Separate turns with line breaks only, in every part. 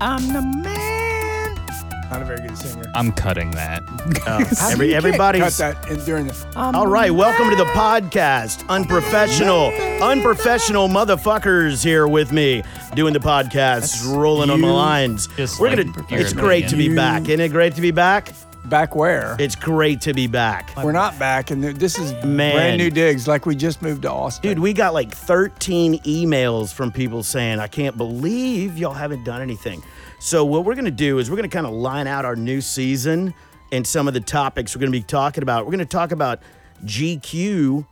I'm the man. Not a very good singer.
I'm cutting that.
How do
Uh, Every-
you get-
everybody's-
cut that in, during the. I'm
All
the
right, welcome to the
man.
podcast. Unprofessional, unprofessional motherfuckers here with me doing the podcast, rolling on the
you,
lines.
just
We're
like
gonna.
you're
It's
an
great to be
idiot.
back. Isn't it great to be back?
Back where?
It's great to be back,
We're not back, and this is
Man.
brand new digs. Like we just moved to Austin.
dude. We got like 13 emails from people saying, "I can't believe y'all haven't done anything." So what we're gonna do is we're gonna kind of line out our new season and some of the topics we're gonna be talking about. We're gonna talk about GQ.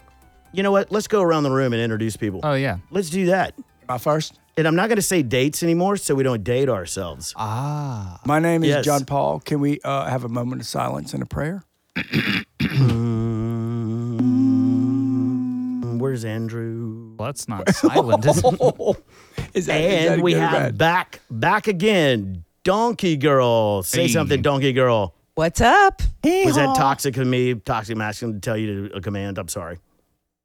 You know what? Let's go around the room and introduce people.
Oh yeah.
Let's do that.
My first.
And I'm not going to say dates anymore so we don't date ourselves.
Ah.
My name is
Yes.
John Paul. Can we uh, have a moment of silence and a prayer?
Mm, Where's Andrew?
Well, that's not silent. is it?
Is that, is that
And we
good or
have
bad?
back back again Donkey Girl. Say
Hey.
something Donkey Girl.
What's up?
Was that toxic of me, toxic masculine to tell you to, a command? I'm sorry.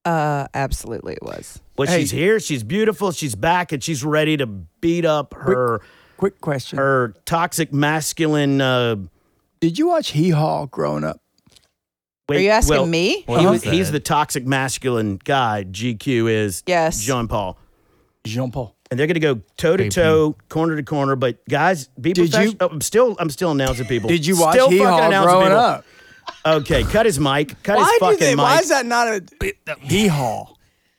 Uh, absolutely, it was.
But
Hey.
she's here, she's beautiful, she's back and she's ready to beat up her
quick question.
her toxic masculine uh
Did you watch Hee Haw growing up?
wait,
Are you asking
well,
me?
he
What
was,
was
he's
that?
the toxic masculine guy. GQ is
Yes.
John Paul.
Jean Paul.
and they're going to go toe to
Hey,
toe, corner to corner. But guys, be
Did
professional.
you-
Oh, I'm still, I'm still announcing people.
Did you watch
Still
Hee
fucking
Haw
announcing
growing
people.
up?
Okay, cut his mic. Cut his fucking mic.
Why is that not a Hee Haw?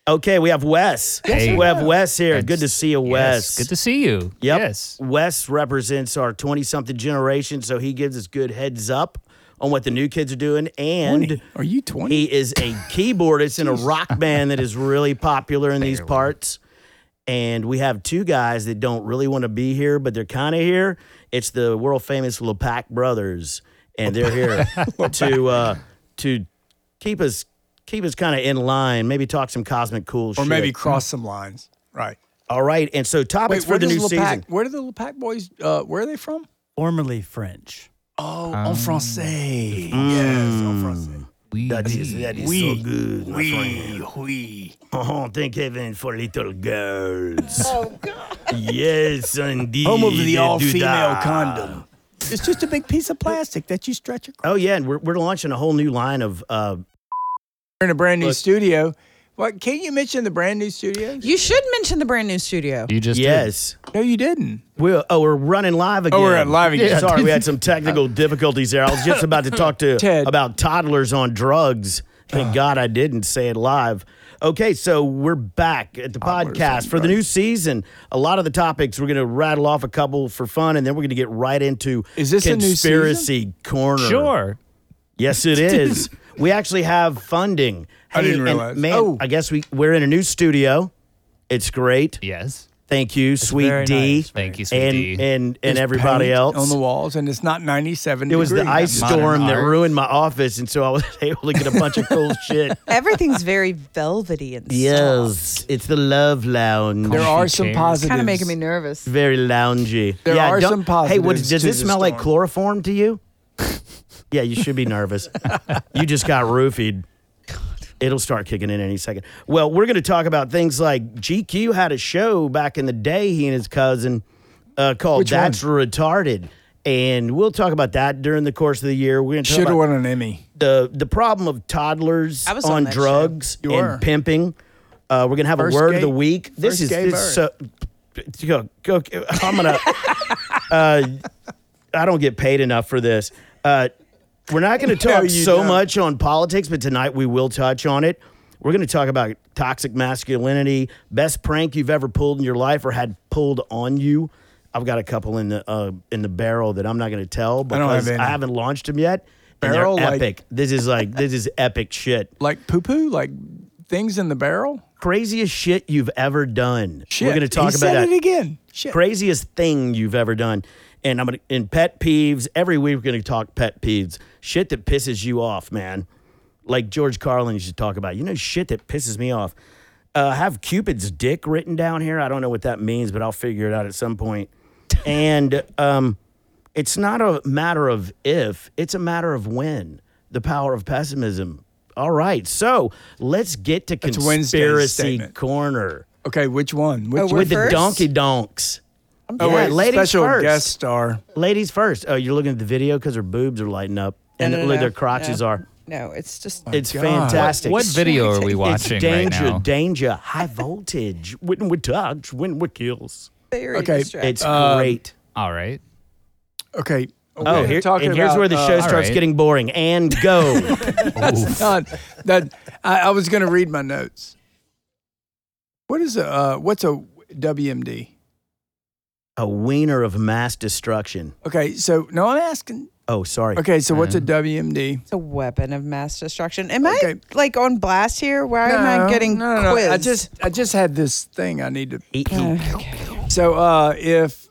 Okay, we have Wes.
Hey.
we have Wes here.
That's-
Good to see you, Wes.
Yes. Good to see you.
Yep.
Yes.
Wes represents our 20 something generation, so he gives us good heads up on what the new kids are doing. And
Are you 20?
he is a keyboardist in a rock band that is really popular in these parts. And we have two guys that don't really want to be here, but they're kind of here. It's the world famous Lepac brothers, and they're here to uh, to keep us keep us kind of in line. Maybe talk some cosmic cool
or
shit.
maybe cross some lines. Right.
all right. And so topics
Wait,
for
where
the
does
new
Lepac,
season.
where do the Lepac boys, uh, where are they from?
formerly French.
Oh, en français. Yes, en français.
We.
That is that is
Oui.
so good, my friend. Oh, thank heaven for little girls. oh God. Yes, indeed.
Home of the
they
all
do
female
that.
condom. It's just a big piece of plastic that you stretch across.
Oh yeah, and we're, we're launching a whole new line of uh,
We're in a brand new studio. What, can't you mention the brand new studio?
You should mention the brand new studio.
You just did.
yes.
No, you didn't.
We oh we're running live again.
Oh, we're at live again.
Yeah, Sorry, we had some technical difficulties there. I was just about to talk to
Ted. Ah.
about toddlers on drugs. Thank God I didn't say it live. Okay, so we're back at the podcast for the new season. A lot of the topics we're going to rattle off a couple for fun, and then we're going to get right into
Is this a new
conspiracy corner?
Sure.
Yes, it is. we actually have funding.
I didn't
and
realize.
Man,
Oh.
I guess we we're in a new studio. It's great.
Yes.
Thank you, Sweet
very
D.
nice,
Thank you, Sweet
and,
D.
and and
There's
everybody
paint
else.
on the walls, and it's not 97.
it was the
degrees.
ice
Modern
storm that
art.
ruined my office, and so I was able to get a bunch of cool shit.
Everything's very velvety and soft.
Yes, it's the Love Lounge.
There are some
Chairs.
positives.
It's kind of making me nervous.
very loungy.
There are
don't-
some
Hey, what,
positives
does
to
this
the
smell like
storm.
chloroform to you? yeah, you should be nervous. you just got roofied. It'll start kicking in any second. Well, we're going to talk about things like GQ had a show back in the day, he and his cousin, uh, called
Which
That's Retarded. And we'll talk about that during the course of the year. We're going to talk
Should have
about
won an Emmy.
the the problem of toddlers
I was
on,
on that show.
drugs
You
and
were.
pimping. Uh, we're gonna have
First
a word
gay-
of the week.
first
This is
gay
this is so. Go, go, I'm gonna. uh, I don't get paid enough for this. Uh, we're not gonna talk
you
so
don't.
much on politics, but tonight we will touch on it. We're gonna talk about toxic masculinity, best prank you've ever pulled in your life or had pulled on you. I've got a couple in the uh, in the barrel that I'm not gonna tell
don't have
because I,
any.
haven't launched them yet. and they're
Barrel, like-
epic this is like this is epic shit.
Like poo poo, like things in the barrel.
Craziest shit you've ever done.
Shit.
We're gonna talk
he
about
said
that.
it again. Shit.
Craziest thing you've ever done. And I'm gonna in pet peeves. Every week we're gonna talk pet peeves. Shit that pisses you off, man. Like George Carlin used to talk about. You know shit that pisses me off. Uh, have Cupid's dick written down here. I don't know what that means, but I'll figure it out at some point. and um, it's not a matter of if, it's a matter of when. The power of pessimism. All right, so let's get to
Wednesday's
conspiracy
statement.
corner
Okay, which one? Which
Oh, we're
one?
with the
first?
donkey donks.
Oh,
Yeah,
wait,
ladies
special
first.
guest star.
Ladies first. Oh, you're looking at the video because her boobs are lighting up and
No, no,
look,
no,
their crotches
no.
are.
No, it's just
It's
Oh God.
fantastic.
What video are we
It's
watching right
danger,
now?
danger, high voltage. When we touch, when we kills.
very
Okay.
distracting.
It's great.
All right.
Okay.
Oh,
Um, we're
here,
talking
and here's
about,
where the
uh,
show
all
starts
right.
getting boring. And go.
That's not that. I, I was going to read my notes. What is a uh, what's a WMD?
a wiener of mass destruction.
Okay, so no, I'm asking.
Oh, sorry.
Okay, so what's a WMD?
It's a weapon of mass destruction. Am
Okay.
I like on blast here? Why am
No,
I getting
no, no, no.
quizzed?
I just I just had this thing I need to.
Eat- eat-
So uh, if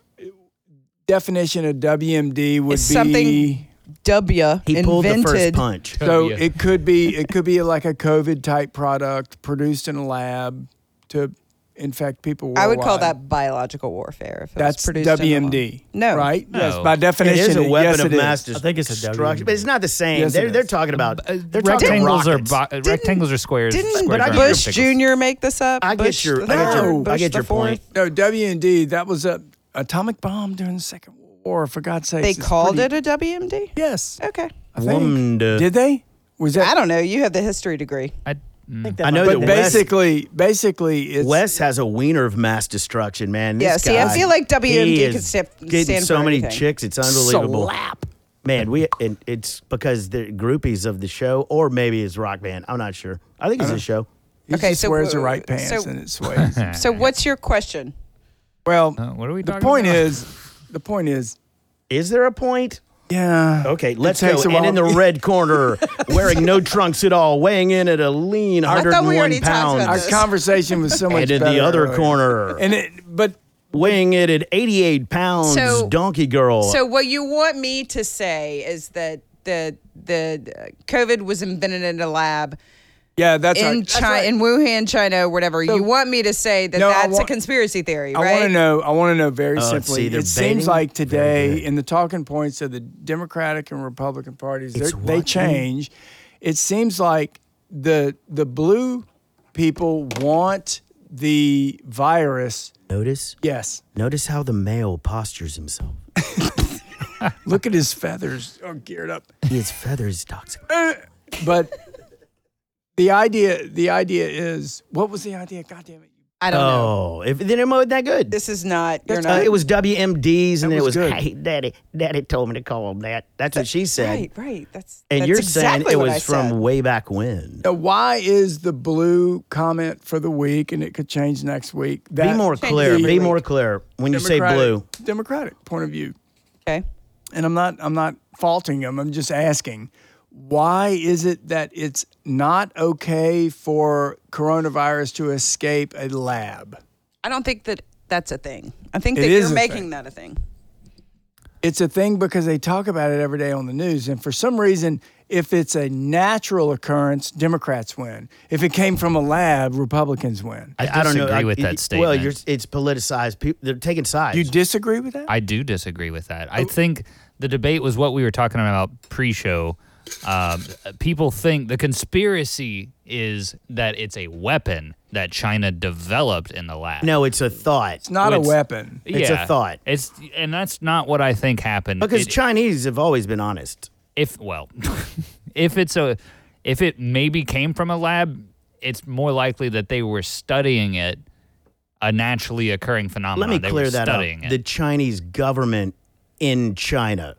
definition of WMD would
It's
be
something- W
He pulled the first
invented.
punch.
so
Yeah.
it could be it could be like a COVID type product produced in a lab to infect people. Worldwide.
I would call that biological warfare. If it
that's
was produced in a lab.
WMD.
No,
right? Yes,
No.
by
It
definition,
is a weapon
yes,
of
it is.
mass
I think it's a
destruction,
WMD.
but it's not the same.
Yes, it
they're, they're
is.
talking about
Uh,
they're talking
rectangles are
rockets.
bo- uh, rectangles are squares.
Didn't
squares are
Bush
rectangles.
Jr. make this up?
I
Bush
get your,
the
I get
third,
your, I
Bush
get
the
your
fourth.
point.
No, WMD, that was a atomic bomb during the Second World War, for God's sake.
They called it a WMD.
Yes.
Okay,
I think.
Wonder.
Did they? Was that
I don't know. You have the history degree.
I, mm,
think that
I
might
know
be
that
but
the
Wes-
basically basically it's
Wes has a wiener of mass destruction, man. This
Yeah, see, I
guy,
feel like WMD
he
could
is
step-
getting
stand
so
for
many
anything.
chicks. It's unbelievable.
Slap.
Man, we and it's because they're groupies of the show, or maybe it's rock band. I'm not sure. I think it's
Uh-huh.
a show.
He
Okay,
just
so
wears the
w-
right pants
so-
and it sways.
So what's your question?
well,
uh, what are we
the
talking
point
about?
is the point is
Is there a point?
yeah.
Okay, let's
takes
go.
a
And in the
while.
red corner, wearing no trunks at all, weighing in at a lean
thought we
101
already talked about
Our
pounds.
this.
conversation was so much
And in the
better
other
earlier.
corner,
And it but
weighing in at 88 pounds,
So-
donkey girl.
So what you want me to say is that the the uh, COVID was invented in a lab
yeah, that's
in
right.
China, in Wuhan, China, whatever. you want me to say that
No, I
that's
want-
a conspiracy theory,
I
right?
want to know. I want to know very
Uh, see,
simply.
they're
it seems
baiting?
like
Very
today
good.
in the talking points of the Democratic and Republican parties, they're- they
what?
change. It seems like the the blue people want the virus.
notice,
Yes.
notice how the male postures himself.
Look at his feathers. Oh, geared up.
His feathers toxic.
But the idea. The idea is what was the idea? God damn it.
I don't know.
Oh, if then it wasn't that good.
This is not. You're
That's-
not.
uh, it was WMDs, and then it
was
was
good.
hey, daddy, daddy told me to call him that. That's what she said.
right, right. That's
And
that's
you're
exactly
saying it
what
was
I
from
said.
way back when.
Now, why is the blue comment for the week, and it could change next week?
be more clear. Be more clear when you say blue.
Democratic point of view.
Okay.
and I'm not I'm not faulting them. I'm just asking why is it that it's not okay for coronavirus to escape a lab?
I don't think that that's a thing. I think
It
that
is
you're
a
making
thing.
that a thing.
It's a thing because they talk about it every day on the news and for some reason if it's a natural occurrence, Democrats win. If it came from a lab, Republicans win.
I,
I don't know.
disagree
I-
with
y-
that
y-
statement.
Well, you're, it's politicized. People, they're taking sides.
You disagree with that?
I do disagree with that.
Oh.
I think the debate was what we were talking about pre-show. Um, people think the conspiracy is that it's a weapon that China developed in the lab.
no, it's a thought.
it's not
It's-
a weapon.
it's a thought.
It's and that's not what I think happened.
because
It-
Chinese have always been honest.
if well, if it's a if it maybe came from a lab, it's more likely that they were studying it, a naturally occurring phenomenon.
Let me
they
clear
were
that up.
studying It.
The Chinese government in China,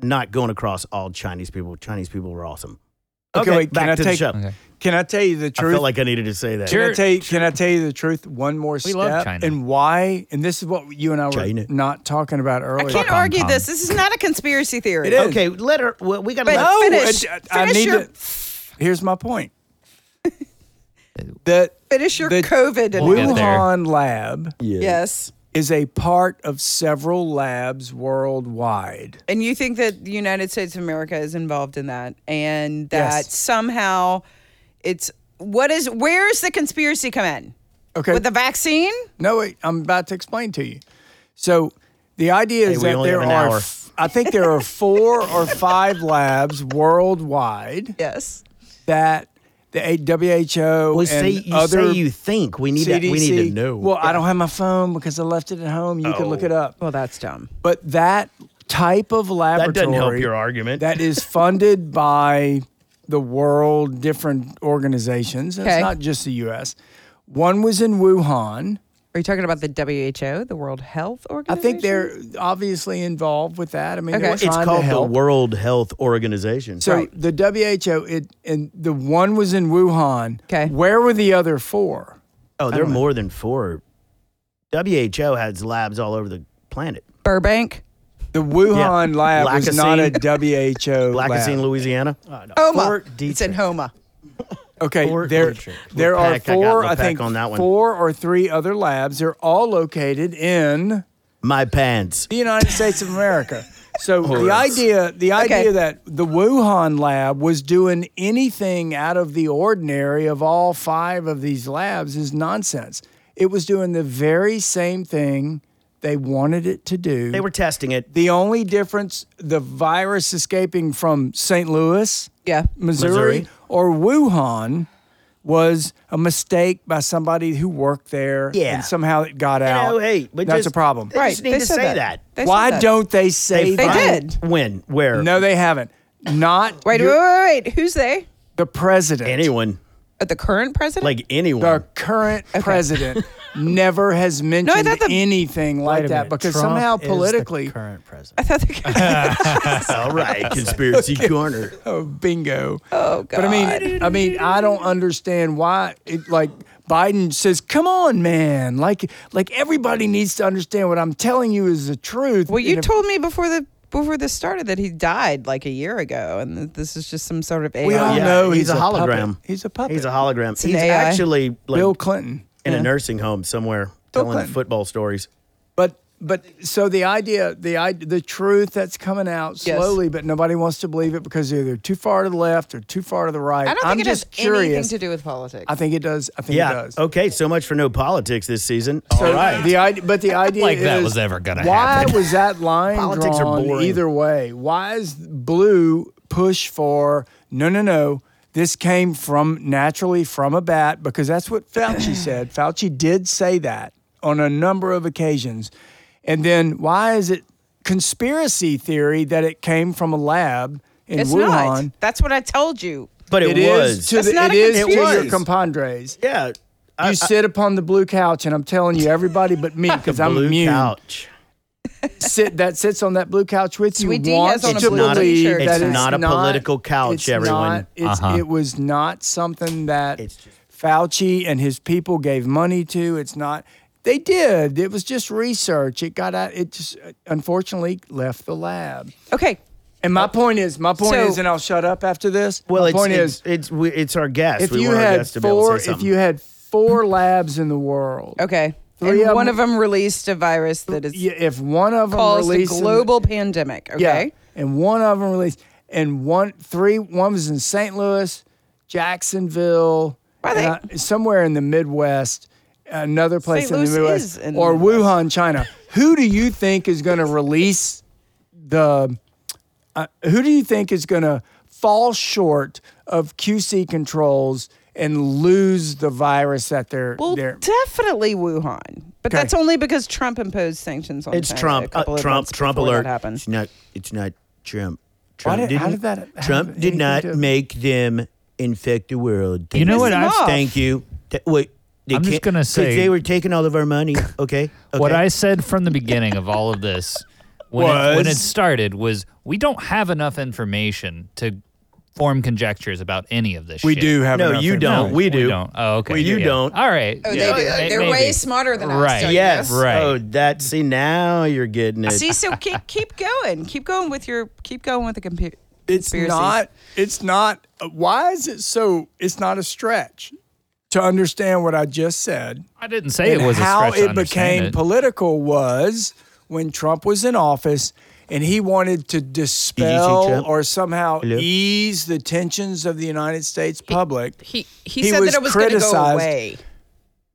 not going across all Chinese people. Chinese people were awesome.
Okay, wait,
back
can I
to the
take
show.
Okay.
Can I tell you the
I
truth?
felt like I needed to say that.
Sure.
Can I tell you, can I tell you the truth? One more step,
love China.
and why? And this is what you and I were
China.
not talking about earlier.
I can't
on,
argue
Tom.
this. This is not a conspiracy theory.
It is.
Okay, let her. Well, we got to
But-
let
No.
Oh,
Finish-
it-
finish your-
Here's my point. that
Finish your
The-
COVID.
We'll get there.
Wuhan lab
Yes.
is a part of several labs worldwide.
And you think that the United States of America is involved in that and that
Yes.
somehow it's what is where's the conspiracy come in?
Okay.
With the vaccine?
no, wait, I'm about to explain to you. So the idea
Hey,
is
we
that
only
there
have an
are,
hour.
f- I think there are four or five labs worldwide
Yes.
that the WHO
Well,
and
say you
other
say you think we need to, we need to
CDC.
know. Oh.
Well, I don't have my phone because I left it at home. You can look it up.
Well, that's dumb.
But that type of laboratory
that doesn't help your argument.
that is funded by the world, different organizations. and
Okay.
It's not just the U.S. One was in Wuhan.
Are you talking about the WHO, the World Health
I
Organization?
think they're obviously involved with that. I mean,
Okay.
they're
Well,
it's
trying to
called the
help.
World Health Organization.
So
Right.
the WHO, it and the one was in Wuhan.
Okay.
Where were the other four?
oh, there are more than four. WHO has labs all over the planet.
Burbank.
The Wuhan lab was not a
Lacassine.
WHO
Blackasine,
lab.
Louisiana.
Oh,
Homa.
Fort
It's in
Detrick.
Homa.
Okay,
Fort
there,
Detrick.
there are
Look back, I got-
four.
look
I
back
think
on that one.
four or three other labs. They're all located in
My pants.
the United States of America. So the
Horrors.
idea, the
Okay.
idea that the Wuhan lab was doing anything out of the ordinary of all five of these labs is nonsense. It was doing the very same thing they wanted it to do.
They were testing it.
the only difference: the virus escaping from St. Louis,
Yeah.
Missouri,
Missouri.
or Wuhan was a mistake by somebody who worked there,
Yeah.
and somehow it got
You
out.
know, hey, but
that's
just-
a problem.
They just
Right,
need
they
to
said
say
that.
that.
They said
Why
that.
don't they say
They
that?
did.
When? Where?
No, they haven't. Not
Wait, wait,
your-
wait, wait. Who's they?
the president.
Anyone.
Uh, the current president?
Like anyone.
The current president never has mentioned
thought the-
anything like
Wait a
that
minute,
because
Trump
somehow
is the
politically,
current president.
I thought the current.
All right. Conspiracy corner.
oh bingo.
oh God.
But I mean, I mean, I don't understand why. It, like Biden says, "Come on, man! Like, like everybody needs to understand what I'm telling you is the truth."
well, you
And if-
told me before the before this started that he died like a year ago, and that this is just some sort of AI.
We all
Yeah,
know
he's
he's,
a
puppet.
hologram.
He's a puppet.
He's a hologram.
an
He's
AI.
actually like
Bill Clinton.
in a nursing home somewhere telling
Clinton.
football stories.
But but so the idea, the i- the truth that's coming out
Yes.
slowly, but nobody wants to believe it because they're either too far to the left or too far to the right.
I don't
am
think it
just
has
curious.
anything to do with politics.
I think it does. I think it
Yeah.
does.
Okay. So much for no politics this season. All
So
right.
The idea, but the idea
Like that
is,
was ever gonna
Why
happen.
was that line
Politics are
drawn
boring.
either way? Why is blue push for no, no, no? This came from naturally from a bat because that's what Fauci said. Fauci did say that on a number of occasions, and then why is it conspiracy theory that it came from a lab in
it's
Wuhan?
not. That's what I told you.
But it,
It is
was.
to
That's
the,
not
it
a
is to your
conspiracy.
compadres.
yeah.
You sit upon the blue couch, and I'm telling you, everybody but me, because I'm
blue
immune
couch.
sit that sits on that blue couch with you
Sweet D
wants
has on a
to
blue
believe
t-shirt.
that
It's
not a political couch,
it's
everyone. Uh-huh.
not- it's- It was not something that Fauci and his people gave money to. It's not. They did. It was just research. It got out. It just uh, unfortunately left the lab.
Okay.
And my point is, my point
So-
is, and I'll shut up after this.
Well,
my
it's,
point
it's,
is,
it's, we- it's our guest.
if
we
you
want our
had
guest to be able
four,
to say
if
something.
you had four labs in the world,
Okay.
Three
and
of
one
them-
of them released a virus that is
y- if one of them
caused a
released
global pandemic. Okay.
Yeah. And one of them released, and one three one was in St. Louis, Jacksonville,
Why they-
uh, somewhere in the Midwest, another place
St.
in
Louis
the
is
Midwest,
in the
or
Midwest.
Wuhan, China. Who do you think is going to release the? Uh, who do you think is going to fall short of QC controls and lose the virus that they're
Well,
they're?
definitely Wuhan, but
Okay.
that's only because Trump imposed sanctions on
It's
China a
Trump. Uh,
couple of
Trump.
months
Trump
before that
alert.
happened.
It's not. It's not Trump.
Why
Trump
did- how
didn't-
did that have
Trump did
anything
not
to do-
make them infect the world.
You know
Piss
what
them
I've
off.
Thank you. T- wait. They
I'm just
can't-
gonna
'cause
say-
they were taking all of our money. Okay.
What
okay.
I said from the beginning of all of this, when, it, when it
Was-
started, was we don't have enough information to form conjectures about any of this.
we
shit.
do have
No,
enough
you don't.
information.
We do.
don't. Oh, okay.
We- you
Yeah.
don't.
All right.
Oh,
Yeah.
they do.
May-
They're
maybe.
way smarter than us,
Right.
don't you?
Yes.
Right.
Oh, that. See, now you're getting it.
See, so keep keep going, keep going with your keep going with the computer.
it's not it's not why is it so it's not a stretch to understand what i just said
I didn't say it
And
was a
how
stretch to
it became
understand it.
political was when trump was in office and he wanted to dispel
Trump?
or somehow
Hello?
ease the tensions of the united states public
He he,
He
said
was
that it was going to go
criticized.
away.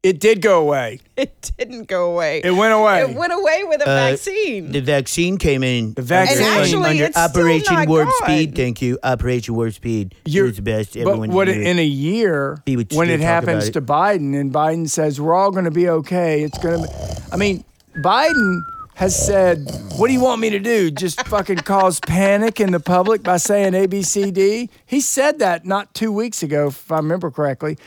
It did go away.
It didn't go away.
It went away.
It went away with a vaccine.
The vaccine came in. The
vaccine. And
actually,
under
it's still
Operation
not
Warp
gone.
Speed. Thank you, Operation Warp Speed. It
You're-
was the best.
But
Everyone
what
knew it.
in a year
He would
when
still
it
talk
happens
about
to
it.
Biden and Biden says we're all going to be okay. It's going to. I mean, Biden has said, "What do you want me to do? Just fucking cause panic in the public by saying A B C D?" He said that not two weeks ago, if I remember correctly.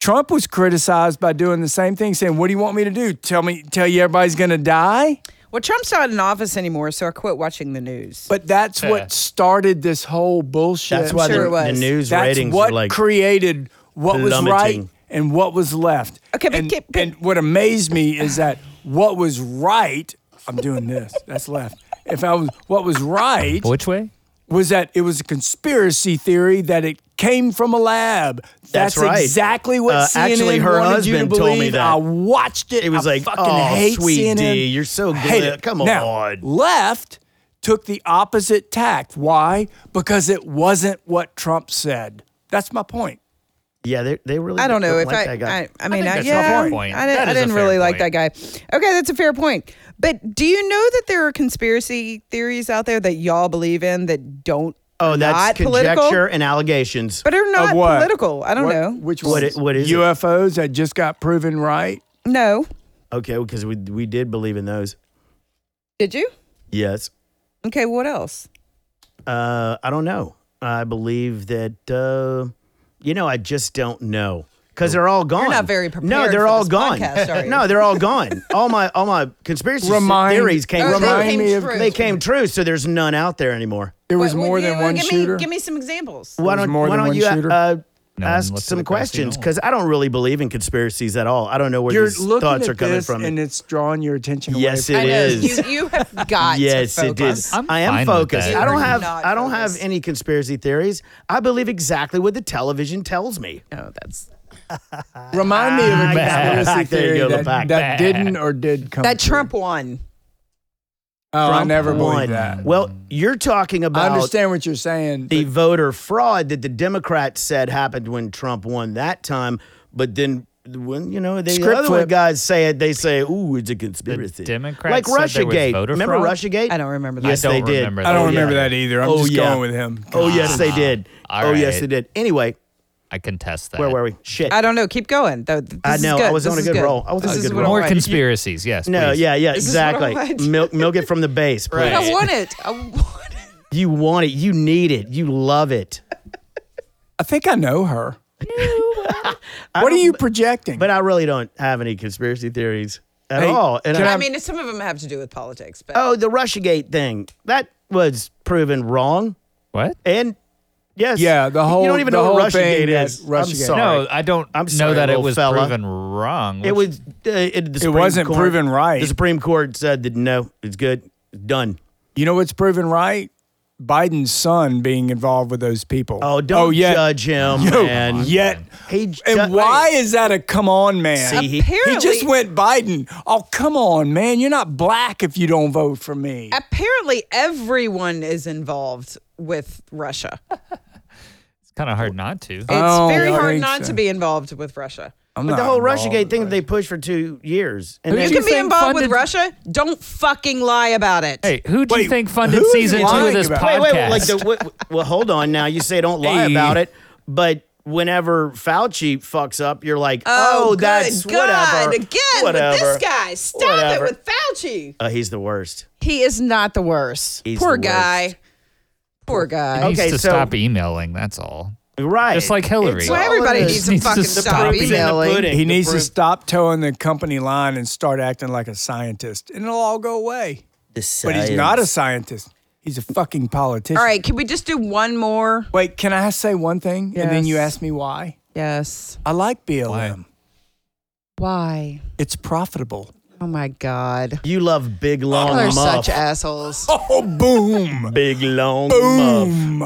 Trump was criticized by doing the same thing, saying, "What do you want me to do? Tell me, tell you everybody's going to die."
well, Trump's not in office anymore, so I quit watching the news.
But that's
Yeah.
what started this whole bullshit.
That's why
sure
the-
it was.
the news
That's
ratings
what
are like.
created what was right
plummeting.
and what was left.
Okay, but
and,
get- but-
and what amazed me is that what was right. I'm doing this. That's left. If I was, what was right
Which way?
was that it was a conspiracy theory that it came from a lab. That's,
That's right.
exactly what
Uh,
CNN
actually, her
wanted you to
husband told me
believe.
that.
I watched it.
It was
I
like,
fucking
"Oh,
hate
sweet
CNN.
D, you're so
Hate
good.
it.
Come
Now,
on.
Left took the opposite tact. Why? Because it wasn't what Trump said. That's my point.
yeah, they, they really.
I don't know if
like
I,
that guy.
I. I mean, I,
that's a
yeah,
fair point.
I, didn't-
That
I
is a
didn't
fair
really like that
point.
guy. Okay, that's a fair point. But do you know that there are conspiracy theories out there that y'all believe in that don't?
oh,
are
that's
not
conjecture
political,
and allegations.
but are
Of
not
what?
political. I don't
What-
know.
Which
What
ones?
it- what is it?
UFOs that just got proven right?
No,
okay, because we we did believe in those.
did you?
Yes.
Okay, what else?
Uh, I don't know. I believe that. Uh, you know, I just don't know because they're all gone.
not very
No,
prepared
they're
for
all
this
gone.
podcast, are you?
no, they're all gone. All my all my conspiracy
Remind-
theories came.
Oh,
they
true.
Remind
came
me of-
true.
They came true. So there's none out there anymore.
There was
What- what
more
do
than
you-
one
give
shooter.
Me, give me some examples.
Why
There's
don't
more
Why
than
don't
one
you
shooter?
uh,
No one
ask
looked at
some
the question
questions?
at all.
Because I don't really believe in conspiracies at all. I don't know where
You're
these
looking
thoughts
at
are coming
this
from.
and it's drawing your attention
Yes,
away
it
I know
is.
you. You have got.
yes,
to
it did.
focus.
I'm
I am
fine with
focused.
that.
I don't
You're
have
not
I don't have
focused.
any conspiracy theories. I believe exactly what the television tells me.
No, that's
from it. Remind me of a
Back.
conspiracy
There you
theory
go,
that,
back.
that didn't or did come.
that
true.
Trump won.
Oh, I
Trump
never
won.
believed that.
Well, you're talking
I
about
understand what you're saying.
the voter fraud that the Democrats said happened when Trump won that time, but then when you know the
Script
other one
flip.
guys say it, they say, "Ooh, it's a conspiracy."
Democrats
like
said there was
Russiagate.
voter
Remember
fraud?
Russiagate?
I don't remember that.
Yes,
I
they
don't
did.
remember
I don't
that.
remember that either. I'm just going with him.
Oh yes, they did.
All
Oh yes,
right.
they did. Anyway,
I contest that.
where were we? Shit.
I don't know. Keep going. Though. This
I
is
know, I
Good.
was
This
on a
is
good roll. I was on
This
a
is
good
what I
roll.
More
wanted.
conspiracies, yes.
no,
please.
yeah, yeah,
This is what I
exactly.
wanted.
Milk, milk it from the base, please.
Right.
I want it. I want it.
You want it. You need it. You love it.
I think I know her. what are you projecting?
But I really don't have any conspiracy theories at
Hey,
all. And
can
I,
I mean, some of them have to do with politics, but
oh, the Russiagate thing that was proven wrong.
What?
And yes,
Yeah, the whole-
you don't even
the
know
whole
what
thing
Russiagate
that
is. I'm
Russiagate-
sorry.
No, I don't
I'm
know
sorry,
that it
little
was
fella.
proven wrong.
it
which-
was. Uh, it, the Supreme
wasn't
Court-
proven right.
The Supreme Court said that no, it's good, done.
you know what's proven right? Biden's son being involved with those people.
Oh, don't
yet,
judge him,
Yo,
man.
Yet.
He ju-
And why is that a come on, man?
See,
he
he-
just
Apparently-
went Biden. Oh, come on, man. You're not black if you don't vote for me.
apparently everyone is involved with Russia. It's
it's kind of hard not to.
don't
very hard
Oh, think
not
so.
to be involved with Russia.
I'm
But
not
the whole
involved.
Russiagate thing that they pushed for two years, and
Who
You
then
do you
can be
think
involved with
funded-
Russia. Don't fucking lie about it.
Hey, who do
Wait,
you think funded
who is
season two
lying
of this
about-
podcast?
wait, wait, wait, like the, what, well, hold on now. You say don't lie
Hey.
about it, but whenever Fauci fucks up, you're like,
Oh,
oh,
good
that's
God.
whatever.
Again with
whatever.
this guy. Stop
Whatever.
it with Fauci.
Uh, he's the worst.
He is not the worst.
He's
Poor
the
guy. Poor guy.
He needs
Okay,
to
so-
stop emailing. That's all.
Right.
Just like Hillary.
It's
Well,
all
everybody
of
He
needs
this.
to
needs to
fucking
stop
stop
Proof is in the
emailing.
pudding.
He
The
needs to
proof-
stop towing the company line and start acting like a scientist, and it'll all go away.
the
But he's not a
science.
scientist. He's a fucking politician.
All right, can we just do one more?
Wait, can I say one thing? And then you
Yes.
ask me why?
Yes.
I like BLM.
Why?
Why?
It's profitable.
Oh my God.
You love big long
Y'all are
muff.
such assholes.
Oh, boom.
big long muff.
boom.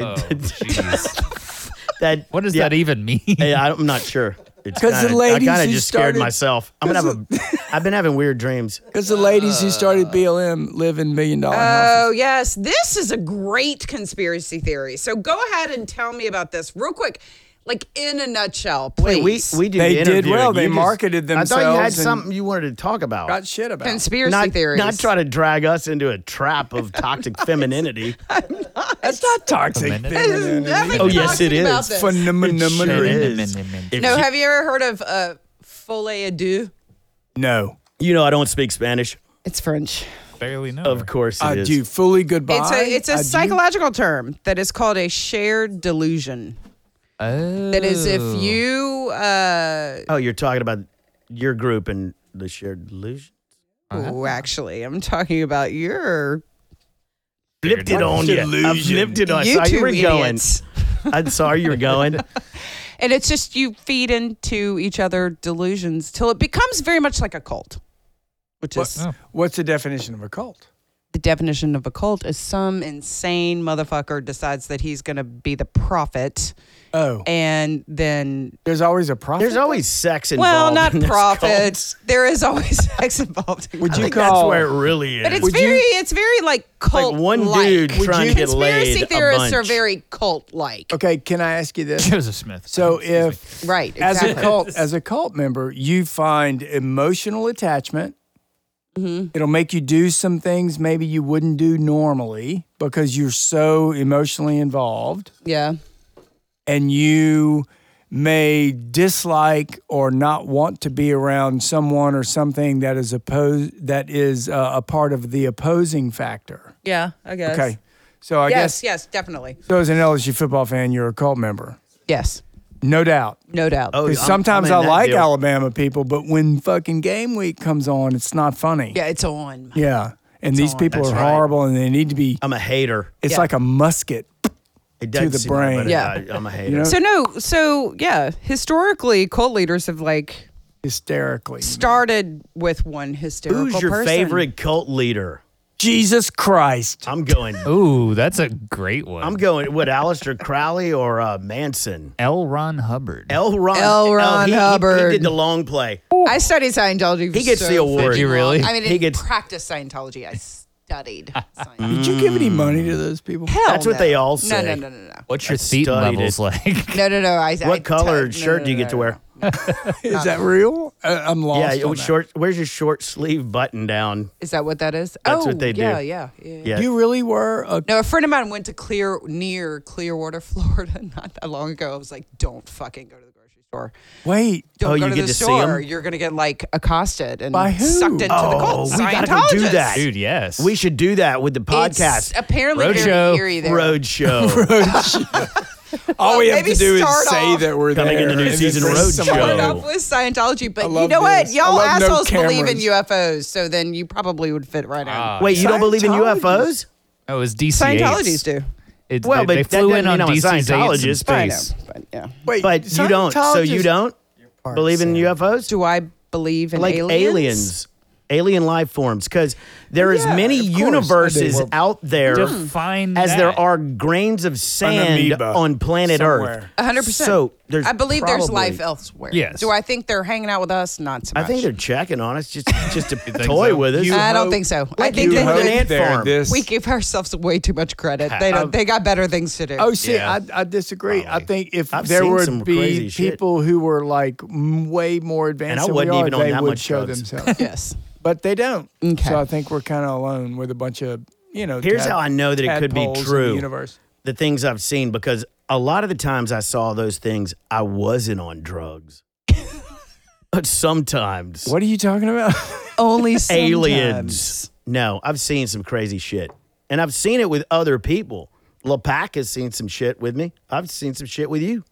Oh, jeez.
That
what does
yeah,
that even mean?
Hey, I- I'm not sure. It's
'Cause the
kinda-
ladies
I kind
who
of just
started-
scared myself. I'm gonna have a. I've been having weird dreams.
Because the ladies who started BLM live in million dollar houses.
Oh, yes. This is a great conspiracy theory. So go ahead and tell me about this real quick. Like in a nutshell,
Wait,
please.
we we do
They did
interviewing.
well.
You
They
just-
marketed
I thought you had
themselves and-
something you wanted to talk about.
Got shit about.
conspiracy
not,
theories.
not try to drag us into a trap of toxic femininity.
That's not toxic.
Femininity.
There's
femininity.
nothing
Oh, yes,
toxic
it
about
is.
this.
Phenomenon-
Sure is. If
No,
you,
have you ever heard of uh, folie à deux?
No,
you know I don't speak Spanish.
It's French.
Barely know.
Of
her.
course, it
I
is.
do fully goodbye.
It's a it's a
I do.
psychological term that is called a shared delusion.
Oh.
That is, if you uh,
Oh, you're talking about your group and the shared delusion. Uh-huh.
ooh, actually, I'm talking about your
Flipped it on you. I
Delusion.
flipped it on
you
I saw you
two
were going.
idiots.
I'm sorry you were going.
And it's just you feed into each other delusions till it becomes very much like a cult, which is
Oh.
What's the definition of a cult?
the definition of a cult is some insane motherfucker decides that he's going to be the prophet
Oh,
and then
there's always a prophet.
There's always sex involved.
well, not
in this
prophet. There is always sex involved. in cult.
Would
cult. I
you
think that's
call-
where it really is.
But it's
Would you-
very, it's very like cult.
one dude trying to get laid
Conspiracy
a
theorists are
bunch.
very cult like.
Okay, can I ask you this?
Joseph Smith.
So
Excuse me.
if
Right.
as
Exactly.
a cult as a cult member, you find emotional attachment. It'll make you do some things maybe you wouldn't do normally because you're so emotionally involved.
Yeah.
and you may dislike or not want to be around someone or something that is opposed that is uh, a part of the opposing factor.
Yeah. I guess.
Okay, so I
yes.
guess
Yes. Definitely.
so as an LSU football fan, you're a cult member,
Yes.
no doubt.
No doubt.
Oh,
'Cause
I'm- I'm
sometimes
in
I
that
like
deal.
Alabama people, but when fucking game week comes on, it's not funny.
Yeah. It's on.
Yeah. and these people
That's
are
right. Oh,
horrible, and they need to be.
I'm a hater.
It's
Yeah.
like a musket.
It
To
does
the
seem like
brain.
it.
Yeah.
I, am a hater.
know?
So no. So yeah. Historically, cult leaders have like
hysterically.
started with one hysterical
Who's your
person.
favorite cult leader?
Jesus Christ.
I'm going.
Ooh, that's a great one.
I'm going with Aleister Crowley or uh, Manson.
L. Ron Hubbard.
L. Ron.
L.
oh,
Ron
he- he-
Hubbard.
He, did the long play.
I studied Scientology.
He gets
so
the award.
Did you really?
I mean,
He
I
gets-
practiced Scientology. I studied. Scientology.
Did you give
Mm.
any money to those people?
Hell
That's what
no.
they all
No,
say.
no, no, no, no.
What's your
studied
seat levels
it.
like?
No, no, no. I, I
What color
no,
shirt
no,
do you
no,
get to
no,
wear?
Is that real? I, I'm lost.
Yeah,
on
it was
that.
short. Where's your short sleeve button down?
Is that what that is?
That's
oh,
what they do.
Yeah, yeah, yeah.
Yeah.
You really were a.
No, a friend of mine went to Clear near Clearwater, Florida, not that long ago. I was like, "Don't fucking go to the grocery store.
Wait,
Don't
Oh,
go
you
to
get
the
to see 'em?
store. You're gonna get like accosted and
By who?
sucked into the cult.
Oh, we gotta go do
Scientologists.
that.
Dude, yes.
we should do that with the
It's
podcast
apparently
Roadshow.
very eerie there.
road show.
all we have
maybe
to do is
start
say
off-
that we're
Coming
there
in the new
and then
season
bring
road
someone
show.
Started
else.
off with Scientology, but you
love
know what?
this. I
Y'all
love no
assholes believe in
cameras. Ah,
UFOs, so then you probably would fit right in.
Wait, you don't believe in
Scientologists.
UFOs?
Oh, it was DC.
Scientologists do.
It's,
Well,
well, they,
but
they
that
flew
doesn't
in
mean
on
I'm a
DC's
Scientologist.
I know,
space.
but yeah.
Wait,
But you don't. So you
Scientologists-
don't believe in UFOs?
Do I believe in
Like aliens? Alien life forms, because there is
Yeah,
many
of course. I
universes
do.
out there
Define
as
that.
there are grains of sand
amoeba
on planet
somewhere.
Earth.
A hundred percent.
So there's
I believe there's
probably-
life elsewhere.
Yes.
Do I think they're hanging out with us? Not so
I
much.
think they're checking on us just just to
think
toy
so?
with us.
You
I don't
hope-
think so. I
Like
think
you
that
hope
they-
an ant
there
farm.
This.
we give ourselves way too much credit. They don't. They got better things to do.
oh, see,
Yeah.
I, I disagree. I
Probably.
think if
I've
there
seen some
would be
crazy shit.
people who were like m- way more advanced,
And I
than we
wasn't
are,
even on
they
that
would
much
show
drugs.
themselves,
yes.
but they don't.
Okay.
So I think we're kind of alone with a bunch of you know.
Here's
tad-
how I know that it could be
tadpoles in the
true.
universe.
the things I've seen because a lot of the times I saw those things, I wasn't on drugs. but sometimes
What are you talking about?
Only sometimes.
aliens. No, I've seen some crazy shit. And I've seen it with other people. Lapak has seen some shit with me. I've seen some shit with you.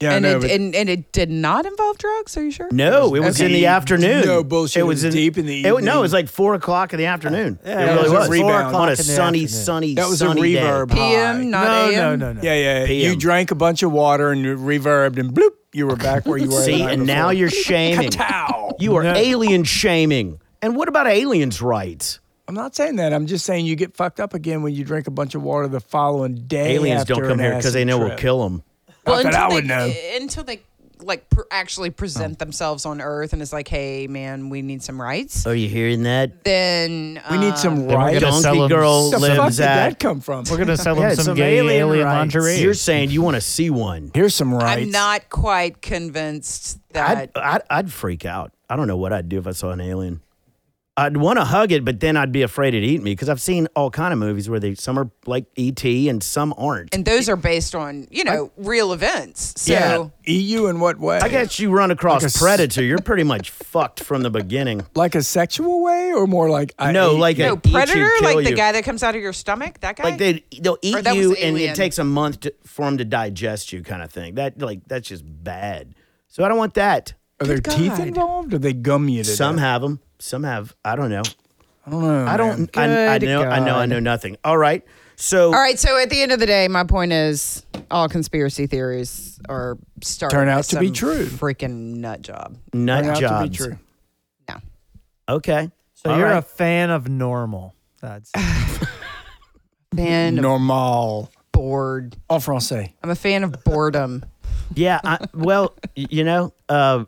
yeah,
And
no,
it and, and it did not involve drugs. Are you sure?
No, it was in the
Okay.
afternoon.
No bullshit. It was deep in the
it wa- no,
evening.
it was like four o'clock in the afternoon.
Yeah,
it
that
really
was a
was,
rebound.
four o'clock on a
O'clock in the
sunny,
afternoon.
sunny,
that was a
sunny day.
reverb. high.
PM, not
no, no,
AM.
no, no.
Yeah, yeah. You
PM.
drank a bunch of water and you reverbed and bloop, you were back where you were.
See, and now you're shaming.
Ow.
You are alien shaming. And what about aliens' rights?
I'm not saying that. I'm just saying you get fucked up again when you drink a bunch of water the following day.
Aliens don't
after
come
an
here because they
acid
know
trip.
we'll kill them.
Not that
until
I
they,
would
eh,
know.
Until they like pr- actually present
Oh.
themselves on Earth and it's like, hey man, we need some rights.
Are you hearing that?
Then
We
uh,
need some
Then we're
rights.
gonna
What
sell
Donkey
him
Girl
the fuck did
lives
that
at.
come from?
We're gonna sell him
Yeah,
some, gay alien,
rights.
lingerie.
You're saying you want to see one?
Here's some rights.
I'm not quite convinced
I'd,
that
I'd I'd freak out. I don't know what I'd do if I saw an alien. I'd want to hug it, but then I'd be afraid it'd eat me because I've seen all kind of movies where they some are like ET and some aren't.
and those are based on, you know, real events. So
Yeah.
EU in what way?
I guess you run across
Like a s-
predator, you're pretty much fucked from the beginning.
like a sexual way or more like I
No,
ate-
like
no,
they eat Uh, you,
predator,
kill
like the
you.
guy that comes out of your stomach, that guy.
Like they they'll eat
that was
you and
Alien.
it takes a month to, for them to digest you, kind of thing. That like that's just bad. So I don't want that.
are there
Good
teeth
God.
involved? Or they gum you to death?
Some have them, some have. I don't know.
I don't know.
I don't. I, I
Good
know. I know. I know nothing. All right. So
All right, so at the end of the day, my point is all conspiracy theories are starting
Turn out to be true.
Freaking nut job.
Turn
nut
out to be
jobs.
true.
No.
Okay.
So
All
you're a
right.
fan of normal. That's
Fan of
Normal.
bored.
En français.
I'm a fan of boredom.
yeah. I, well, y- you know, uh,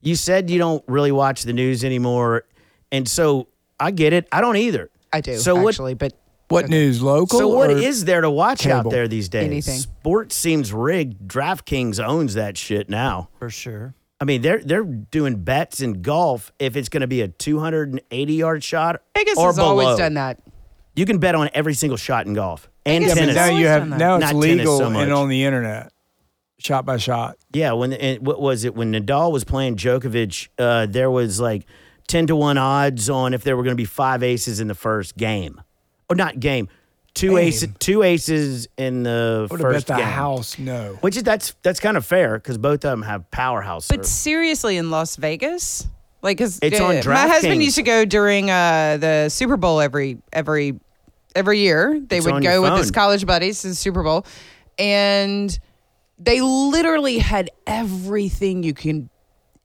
you said you don't really watch the news anymore, and so I get it. I don't either.
I do
So what?
actually, but
What news? Local?
So what
or-
is there to watch
cable?
out there these days?
Anything.
Sports seems rigged. DraftKings owns that shit now.
for sure.
I mean, they're they're doing bets in golf if it's going to be a 280 yard shot
Vegas
or
has
below.
always done that.
You can bet on every single shot in golf and
Vegas has
tennis.
now
always
you have
done that.
now it's
Not tennis
legal
so much.
and on the internet, shot by shot.
Yeah, when and what was it when Nadal was playing Djokovic? Uh, there was like ten to one odds on if there were going to be five aces in the first game, or not game, two aces, two aces in the
I would have bet
first
the
game.
house no.
Which is that's that's kind of fair because both of them have powerhouse.
But seriously, in Las Vegas, like because
It's on
my husband
DraftKings.
used to go during uh, the Super Bowl every every every year. They
It's
would
on
go
your
with his
phone.
college buddies to the Super Bowl, and they literally had everything you can,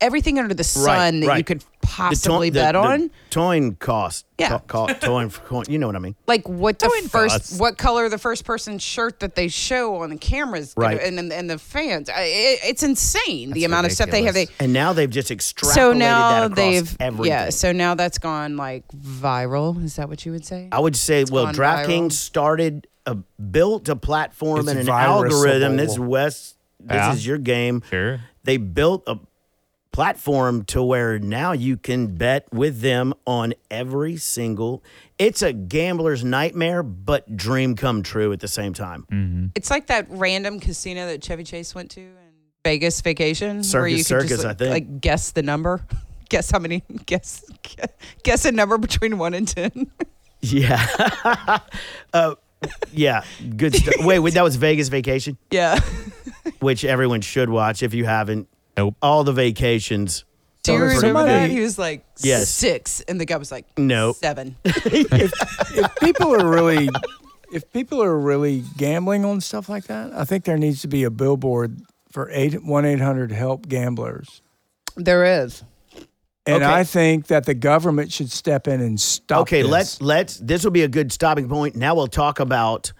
everything under the sun that you
right.
could
The to-
possibly
the-
bet
the
on.
Toin cost.
Yeah.
Co- co- toin for coin. You know what I mean?
like what the
Doing
first
thoughts.
what color the first person's shirt that they show on the cameras
Right.
and, and and the fans I, it, it's insane the amount of stuff they have they
And now they've just extrapolated
so now
that across
they've
everything.
yeah so now that's gone like viral is that what you would say
I would say, well,
gone
DraftKings
viral.
started a built a platform
It's
and an
virusable.
algorithm. This is West. This
Yeah.
is your game.
Sure.
They built a platform to where now you can bet with them on every single. It's a gambler's nightmare, but dream come true at the same time.
Mm.
it's like that random casino that Chevy Chase went to in Vegas vacation where
Circus
you could
Circus,
just
I
like,
think.
like, guess the number guess how many guess guess a number between 1 and 10
Yeah. uh, yeah. Good stuff. Wait, wait, that was Vegas Vacation,
yeah
which everyone should watch if you haven't.
Nope.
All the vacations.
do you
Somebody-
remember that
somebody-
he was like
Yes.
6 and the guy was like
No.
7
if people are really if people are really gambling on stuff like that, I think there needs to be a billboard for eight one eight hundred help gamblers.
there is
And
Okay.
I think that the government should step in and stop.
Okay,
this.
let's let's this will be a good stopping point. Now we'll talk about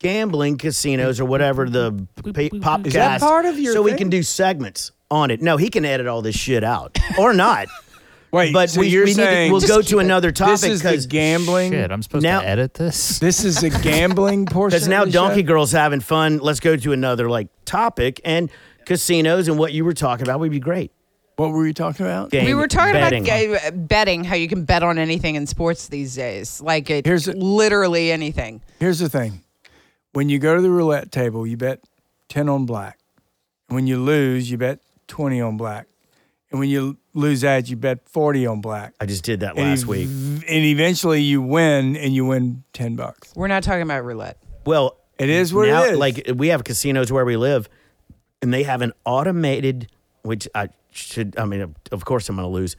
gambling casinos or whatever the p- popcast.
Is that part of your
So we
thing?
can do segments on it. No, he can edit all this shit out or not.
wait.
But
so
we,
you're
we
saying
need to, we'll go
Just
to
keep it.
another topic
this is the
because
gambling.
Shit, I'm supposed
Now-
to edit this.
This is the gambling portion.
Because
of
now
the
Donkey
show?
Girl's having fun. Let's go to another like topic and casinos and what you were talking about would be great.
What were you talking about?
Game
We were talking
betting.
about uh, betting, how you can bet on anything in sports these days. Like it,
Here's a-
literally anything.
Here's the thing. When you go to the roulette table, you bet 10 on black. When you lose, you bet 20 on black. And when you lose that, you bet 40 on black.
I just did that
And
last
ev-
week.
And eventually you win and you win 10 bucks.
We're not talking about roulette.
Well,
It is what
now,
it is.
Like we have casinos where we live, and they have an automated, which I should. I mean, of course, I'm going to lose.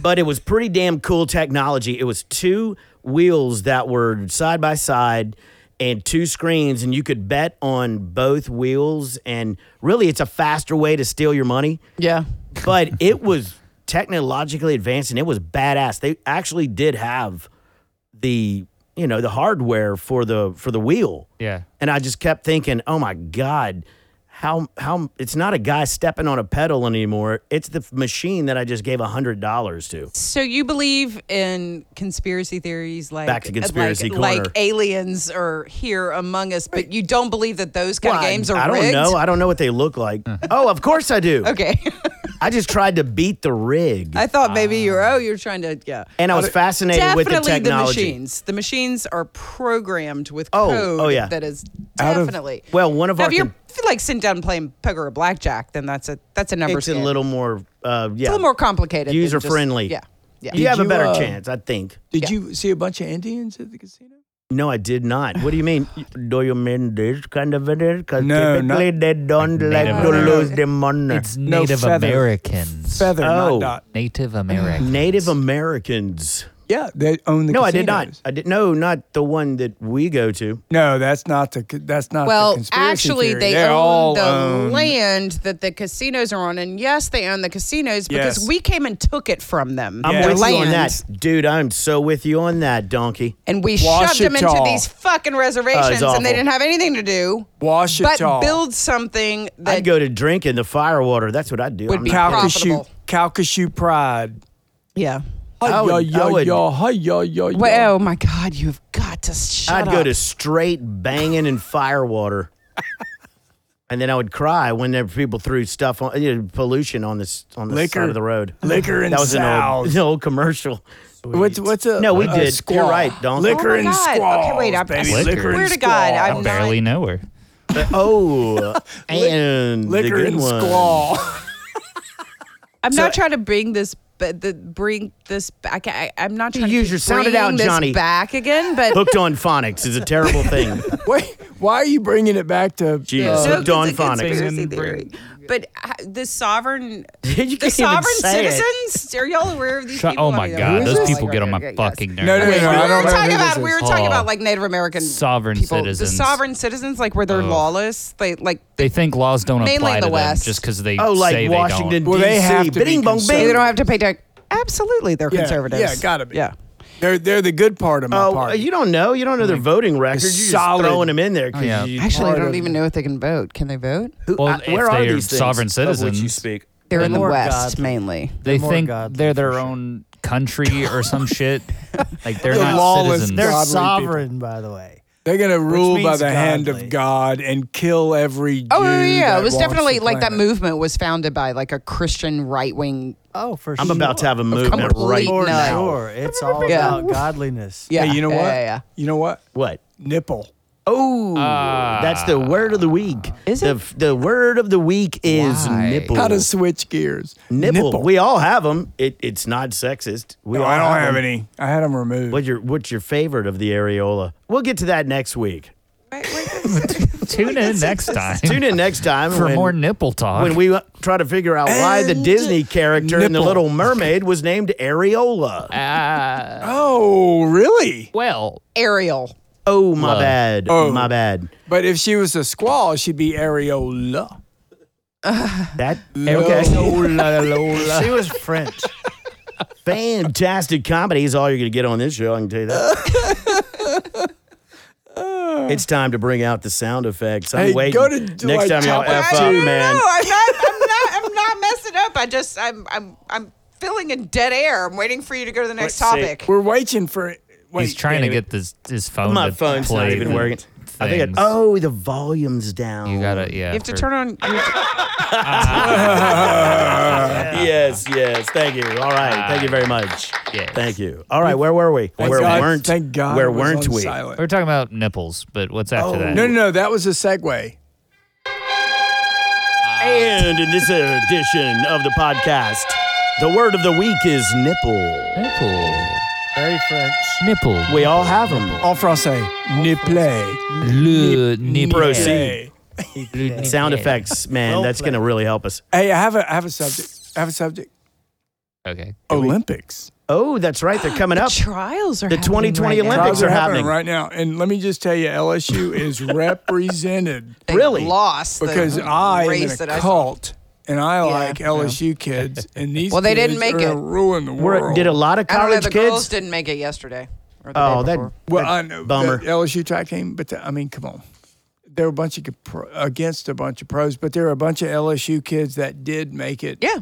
but it was pretty damn cool technology. It was two wheels that were side by side. And two screens, and you could bet on both wheels. And really, it's a faster way to steal your money
Yeah.
but it was technologically advanced and it was badass. They actually did have the you know the hardware for the for the wheel.
Yeah.
And I just kept thinking, oh my god, how how it's not a guy stepping on a pedal anymore. It's the f- machine that I just gave hundred dollars to.
So you believe in conspiracy theories like
Back to conspiracy
like,
corner.
like aliens are here among us, but you don't believe that those kind
Well,
of
I-
games are
I don't
rigged?
know. I don't know what they look like. oh, of course I do.
okay.
I just tried to beat the rig,
I thought maybe you're oh you're trying to yeah.
Uh, and I was fascinated
definitely
with the technology.
machines. The machines are programmed with
Oh,
code
oh, yeah.
that is
Out of-
definitely
well, one of
now,
our
if you're
con-
like sitting down and playing poker or blackjack, then that's a that's a number
It's a
game.
little more, uh, yeah,
it's a little more complicated, than just-
user friendly.
Yeah, yeah.
you have a
you,
better
uh,
chance, I think.
Did you see a bunch of Indians at the casino?
No, I did not. What do you mean? do you mean this kind of it? Because
No,
typically
not-
they don't like,
Native
to
American.
lose uh, their money.
It's
No
Native
feather.
Americans.
Feather,
Oh.
not dot.
Native Americans.
Native Americans.
Yeah, they own the.
No, I did not.
casinos.
I did no, not the one that we go to.
No, that's not the. That's not. the
Well,
conspiracy
actually,
theory.
they
They're
own
all
the
um,
owned.
land that the casinos are on, and yes, they own the casinos because
Yes.
we came and took it from them.
I'm
Yes.
Their
with you on
land.
that, dude. I'm so with you on that, donkey.
And we shoved them
Washita.
into these fucking reservations,
awful.
and they didn't have anything to do
Washita.
but build something
I'd
that
go to drink in the fire water. That's what I'd do.
Would
I'm
be
not
proper.
kidding.
profitable.
Calcasieu, Calcasieu Pride.
yeah.
I would- I would-
Well, oh my God, you've got to shut
I'd
up.
go to straight banging and fire water. And then I would cry whenever people threw stuff on you know, pollution on this on the
Liquor.
side of the road.
Liquor and
that was an old,
sows.
an old commercial.
What's what's a
No, we
a
did. You're
squall?
right, Don.
Oh
Liquor
my
and
God.
squalls.
Okay, wait. I'm,
baby.
I
liquor
swear
and
to God,
squalls.
I'm
I barely
not.
know her.
Oh, and the
liquor
good
and
one.
squall.
I'm not trying to bring this, but the bring this back. I, I'm not trying
Use
to
your
keep
sound it
bringing
out,
this
Johnny.
Back again, but
Hooked on phonics is a terrible thing.
Wait, why are you bringing it back to? uh,
Jesus,
No,
hooked
'cause
on
it's a
phonics.
conspiracy
Singing
theory. But uh, the sovereign,
You can't even
the sovereign
say it.
citizens. Are y'all aware of these
Shut,
people?
oh
I
my
mean,
God,
okay,
those
okay,
people
okay,
get on
okay,
my
okay, yes.
fucking nerves.
No, no, no,
Wait,
no. I
we
don't
were
know
talking
who this
about we
is.
were talking
Oh.
about like Native American
Sovereign
people.
citizens.
The sovereign citizens, like where they're lawless. They like
They think laws don't
Mainly
apply
the
to
West.
them just because they
Oh,
say
like
they
Washington
don't.
Well,
D.C.
they have to be
Bing bong
concerned.
they
bing.
don't have to pay tax. Absolutely, they're conservatives.
Yeah, gotta be.
Yeah.
They're they're the good part of my
Oh,
party.
you don't know. You don't know their voting record. You're just
solid- Oh,
throwing them in there. 'cause
yeah.
you-
Actually, I
Part
don't
of-
even know if they can vote. Can they vote?
who-
Well,
I-
if
where are
they're
these things
sovereign
of which you
citizens.
speak.
They're in the
more
West
godly.
mainly.
They
more
think
godly,
they're their
for sure.
own country or some shit. Like they're
The
not
lawless
citizens.
They're
Godly people.
sovereign, by the way.
They're gonna rule by
means
the hand
godly.
of God and kill every.
Oh yeah,
Jew
yeah,
that
it was
walks
definitely
the
like that
planet.
movement was founded by like a Christian right wing.
Oh, for
I'm
sure.
about to have a movement
complete
right
For
nut.
now.
sure. It's all
Yeah.
about godliness.
Yeah,
Hey, you know
yeah,
what?
Yeah, yeah.
You know what?
What?
Nipple.
Oh,
Uh,
that's
Uh,
the word of the week.
Is
The, the word of the week is
Why?
nipple.
How to switch gears?
nipple. We all have them. It, it's not sexist. We
No,
all
I don't have
'em.
any. I had them removed.
What's your What's your favorite of the areola? We'll get to that next week.
Tune in next time
Tune in next time
for
when,
more nipple talk.
when we try to figure out why the
And
Disney character in the
nipple.
Little Mermaid was named Areola.
Ah,
Oh, really?
well,
Ariel.
Oh my
Love.
bad.
Oh.
My bad.
But if she was a squall, she'd be areola.
That
Okay.
She was French.
Fantastic comedy is all you're going to get on this show. I can tell you that. it's time to bring out the sound effects. I'm
Hey,
waiting.
go to,
Next
like,
time y'all
Top
f
Gun
up,
two.
No,
man.
no, I'm not. I'm not. I'm not messing up. I just. I'm. I'm. I'm filling in dead air. I'm waiting for you to go to the next
Let's see.
topic.
We're waiting for. Wait,
he's trying to
David.
get this his phone.
My
to
phone's not
play
even
the
working. I think. I,
things.
oh, the volume's down.
you gotta yeah.
You have to
for-
turn on. you have to-
Yes, yes. Thank you. All right. Thank you very much.
Ah. Yes.
Thank you. All right. Where were we? where
God-
weren't?
Thank God.
Where
it was
weren't
on
we?
silent.
We're talking about nipples, but what's after that?
Oh, No, no, no. That was a segue.
And in this edition of the podcast, the word of the week is nipple.
Nipple,
Very French.
nipple.
We all have them.
En français, nipple.
le nipple.
Proceed.
Hey,
Le
Sound
nipple.
effects, man.
Well
that's
played.
going to really help us.
I have a, I have a subject. I have a subject.
Okay.
Olympics.
Oh, that's right. They're coming up.
Trials are
The
happening
2020
right now.
Olympics
Trials
are
are happening
happening.
right now, and let me just tell you, LSU is represented
They
Really?
lost the
because I am in
race that
a
I saw.
cult, and I
Yeah.
like LSU kids, and these
Well, they didn't
kids
make
are gonna
it.
ruin the
We're-
world.
did a lot of
I don't know.
college
The girls
kids?
didn't make it yesterday. Or the
oh,
day
that
before.
well, I know
bummer.
the LSU track team, but the, I mean, come on, there were a bunch of pro- against a bunch of pros, but there were a bunch of LSU kids that did make it.
Yeah.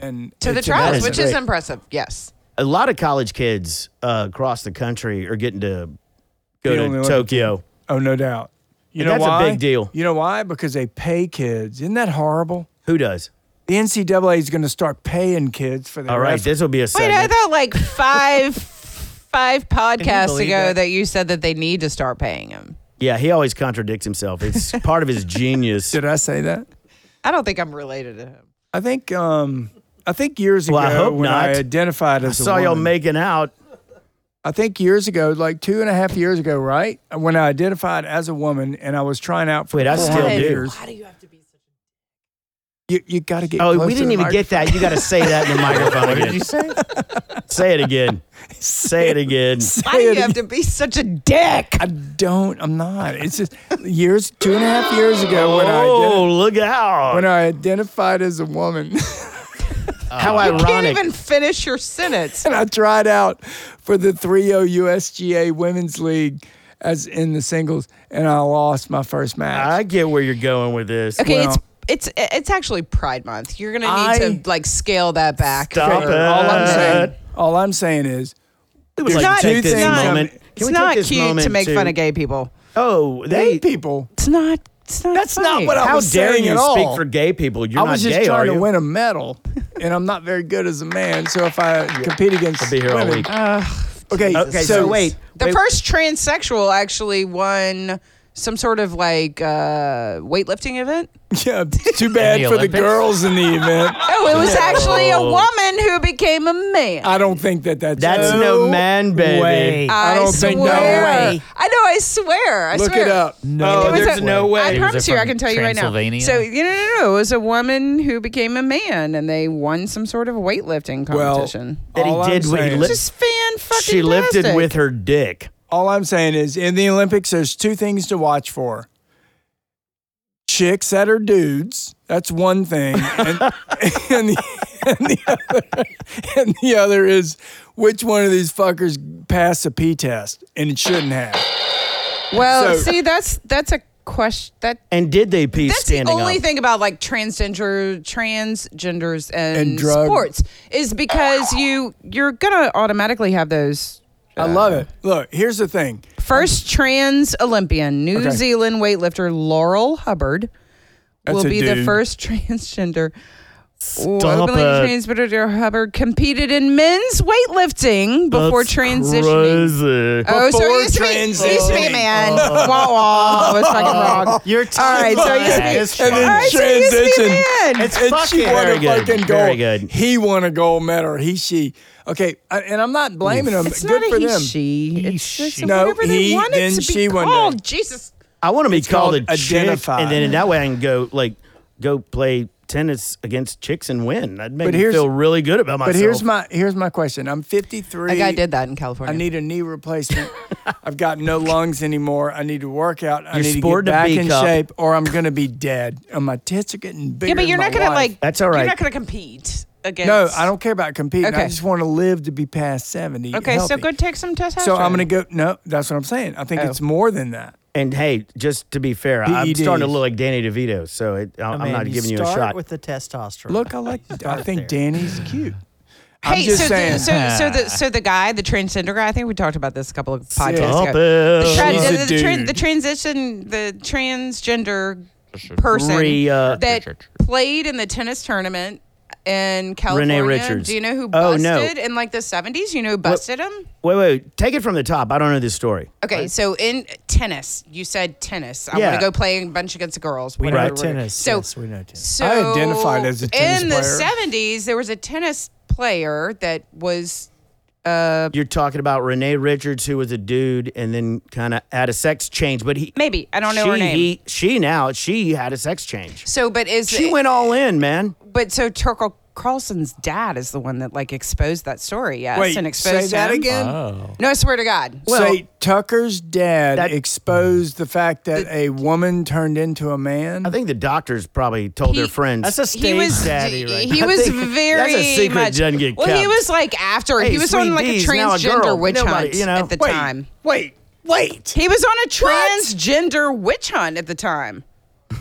and
to the
it's
trials,
amazing.
which is impressive. Yes.
A lot of college kids uh, across the country are getting to go
The only
to
one-
Tokyo.
Oh, no doubt. You
And
know
that's a
why?
big deal.
You know why? Because they pay kids. Isn't that horrible?
Who does?
The NCAA is going to start paying kids for their
All right,
effort.
this will be a
Wait,
segment.
I thought like five five podcasts
believe
ago that?
that?
you said that they need to start paying him.
yeah, he always contradicts himself. It's part of his genius.
Did I say that?
I don't think I'm related to him.
I think. Um, I think years
Well, I
ago
hope
when I
not.
identified
I
as a
saw y'all
woman-
making out.
I think years ago, like two and a half years ago, right when I identified as a woman and I was trying out for
Wait, I still
400
do.
years.
Why do you have to be such
You, you got to get.
Oh,
close
we
to
didn't
the
even get that. You got to say that in the microphone
What did you
again.
say?
Say it again. Say it again.
microphone.
a, Why do
Say
you
it
have to be such a dick?
I don't. I'm not. It's just years, two and a half years ago when I
Oh,
identi-
look out.
when I identified as a woman,
How
You can't
ironic.
even finish your sentence.
and I tried out for the 3-0 USGA Women's League as in the singles, and I lost my first match.
I get where you're going with this.
Okay,
Well-
it's it's it's actually Pride Month. You're gonna need
I-
to like scale that back.
Stop
for
it.
All I'm saying.
All I'm saying is,
It was
It's
like,
not-
take
it's
this
not-
moment. Can
It's
we take
not
this
cute to
moment
make fun of gay people.
Oh,
hey,
they.
people,
It's not. It's not.
That's not
funny.
what I
How
was
dare
saying
you
at
speak
all.
for gay people? You're
I was
not
just
gay, are
trying to
you?
win a medal, and I'm not very good as a man. So if I compete against
I'll be here all
women, Ah.
week.
okay,
Okay,
so,
so, wait.
The
wait,
first transsexual actually won some sort of like uh, weightlifting event.
yeah, too bad
the
for the
Olympics?
girls in the event.
Oh, it was actually a
No.
woman who became a man.
I don't think that that's
That's no man, baby.
Way.
I don't
swear.
think- no
way.
I know. I swear. I
Look
swear.
it up.
No,
There was
there's
a-
no way.
I
Maybe it was
promise you, I
from
can tell you right now.
Transylvania.
So, you know, no, no, no. It was a woman who became a man, and they won some sort of weightlifting
Well,
competition.
That he
all I'm
did what he
saying-
li-
Just fan fucking.
She lifted with her dick.
All I'm saying is, in the Olympics, there's two things to watch for: chicks that are dudes. That's one thing, and, and, the, and the other, and the other is which one of these fuckers passed a P test, and it shouldn't have.
Well,
So-
see, that's that's a question that.
And did they pee
That's the
standing
only
up?
thing about like transgender transgenders and,
And drug-
sports is because you you're gonna automatically have those
I love it. Look, here's the thing.
first trans Olympian New
Okay.
Zealand weightlifter Laurel Hubbard
That's
will
a
be the
dude.
first transgender
Stop
openly
it.
transgender Hubbard competed in men's weightlifting before
That's
transitioning.
crazy.
Oh, so
Before
he used, to be, he used to be a
transitioning. Oh.
man. wah wah. I was fucking wrong.
You're
All right, so you
telling me
speak-
it's
And then
All right,
trash.
so he used to be a
transition.
man.
It's
and she
fucking
won
very
a
good,
fucking gold.
very good.
He won a gold medal. or He, she. Okay, I- and I'm not blaming him.
It's
Good
not
for
a he,
them.
she.
He,
It's just
she.
No,
whatever they
he,
want
then
it to
she
be
one day.
called. Jesus.
I want to be called,
called
a chick,
identify.
and then in that way I can go like go play tennis against chicks and win. That'd make
But
me
here's-
feel really good about myself.
But here's my here's my question. I'm 53.
That guy did that in
I
California.
need a knee replacement. I've got no lungs anymore. I need to work out. I
You're
need to get
sporting a
back in
B-cup.
shape, or I'm gonna be dead. And my tits are getting bigger.
yeah, but
than
you're
my
not gonna
wife.
like.
That's all right.
You're not gonna compete against.
No, I don't care about competing.
Okay.
I just want to live to be past 70.
Okay, so
healthy.
go take some testosterone.
So I'm gonna go. No, that's what I'm saying. I think
Oh.
it's more than that.
and hey, just to be fair, I'm
PEDs.
starting to look like Danny DeVito, so it, I- I'm
Man,
not giving you a
start
shot.
with the testosterone.
Look, I like. I think
there.
Danny's cute. I'm
Hey,
just
so,
saying.
The, so so the so the guy, the transgender guy. I think we talked about this a couple of podcasts
Stop
ago. The, tra-
it.
She's a
the, the, tran-
dude.
the transition, the transgender person
Re, uh,
that played in the tennis tournament in California.
Richards.
Do you know who
Oh,
busted
no.
in like the 70s? You know who busted him?
Wait, wait, take it from the top. I don't know this story.
Okay, so in tennis, you said tennis. I want
Yeah.
to go play a bunch against the girls.
we know
whatever, whatever.
tennis.
So
yes, we know tennis.
So
I identified as a tennis
in the
player.
seventies. There was a tennis player that was
You're talking about Renee Richards, who was a dude and then kind of had a sex change, but he
maybe I don't know
she,
her name.
He, she now she had a sex change.
so, but is
She
it-
went all in, man.
But so Turkle Carlson's dad is the one that like exposed that story. Yes,
Wait,
and
say
exposed
that
him.
again.
No, I swear to God.
Say Tucker's dad
that-
exposed the fact that a woman turned into a man.
I think the doctors probably told their
He-
friends.
That's a
he
stage
was
daddy right
he
I
was
think
very
that's a secret
much
doesn't get
well he
kept.
was like after
Hey,
he was
Sweet
on like
Dee's
a
now a
transgender
girl.
witch
Nobody-
hunt
you know.
at the
Wait,
time
wait. Wait.
He was on a transgender witch hunt at the time.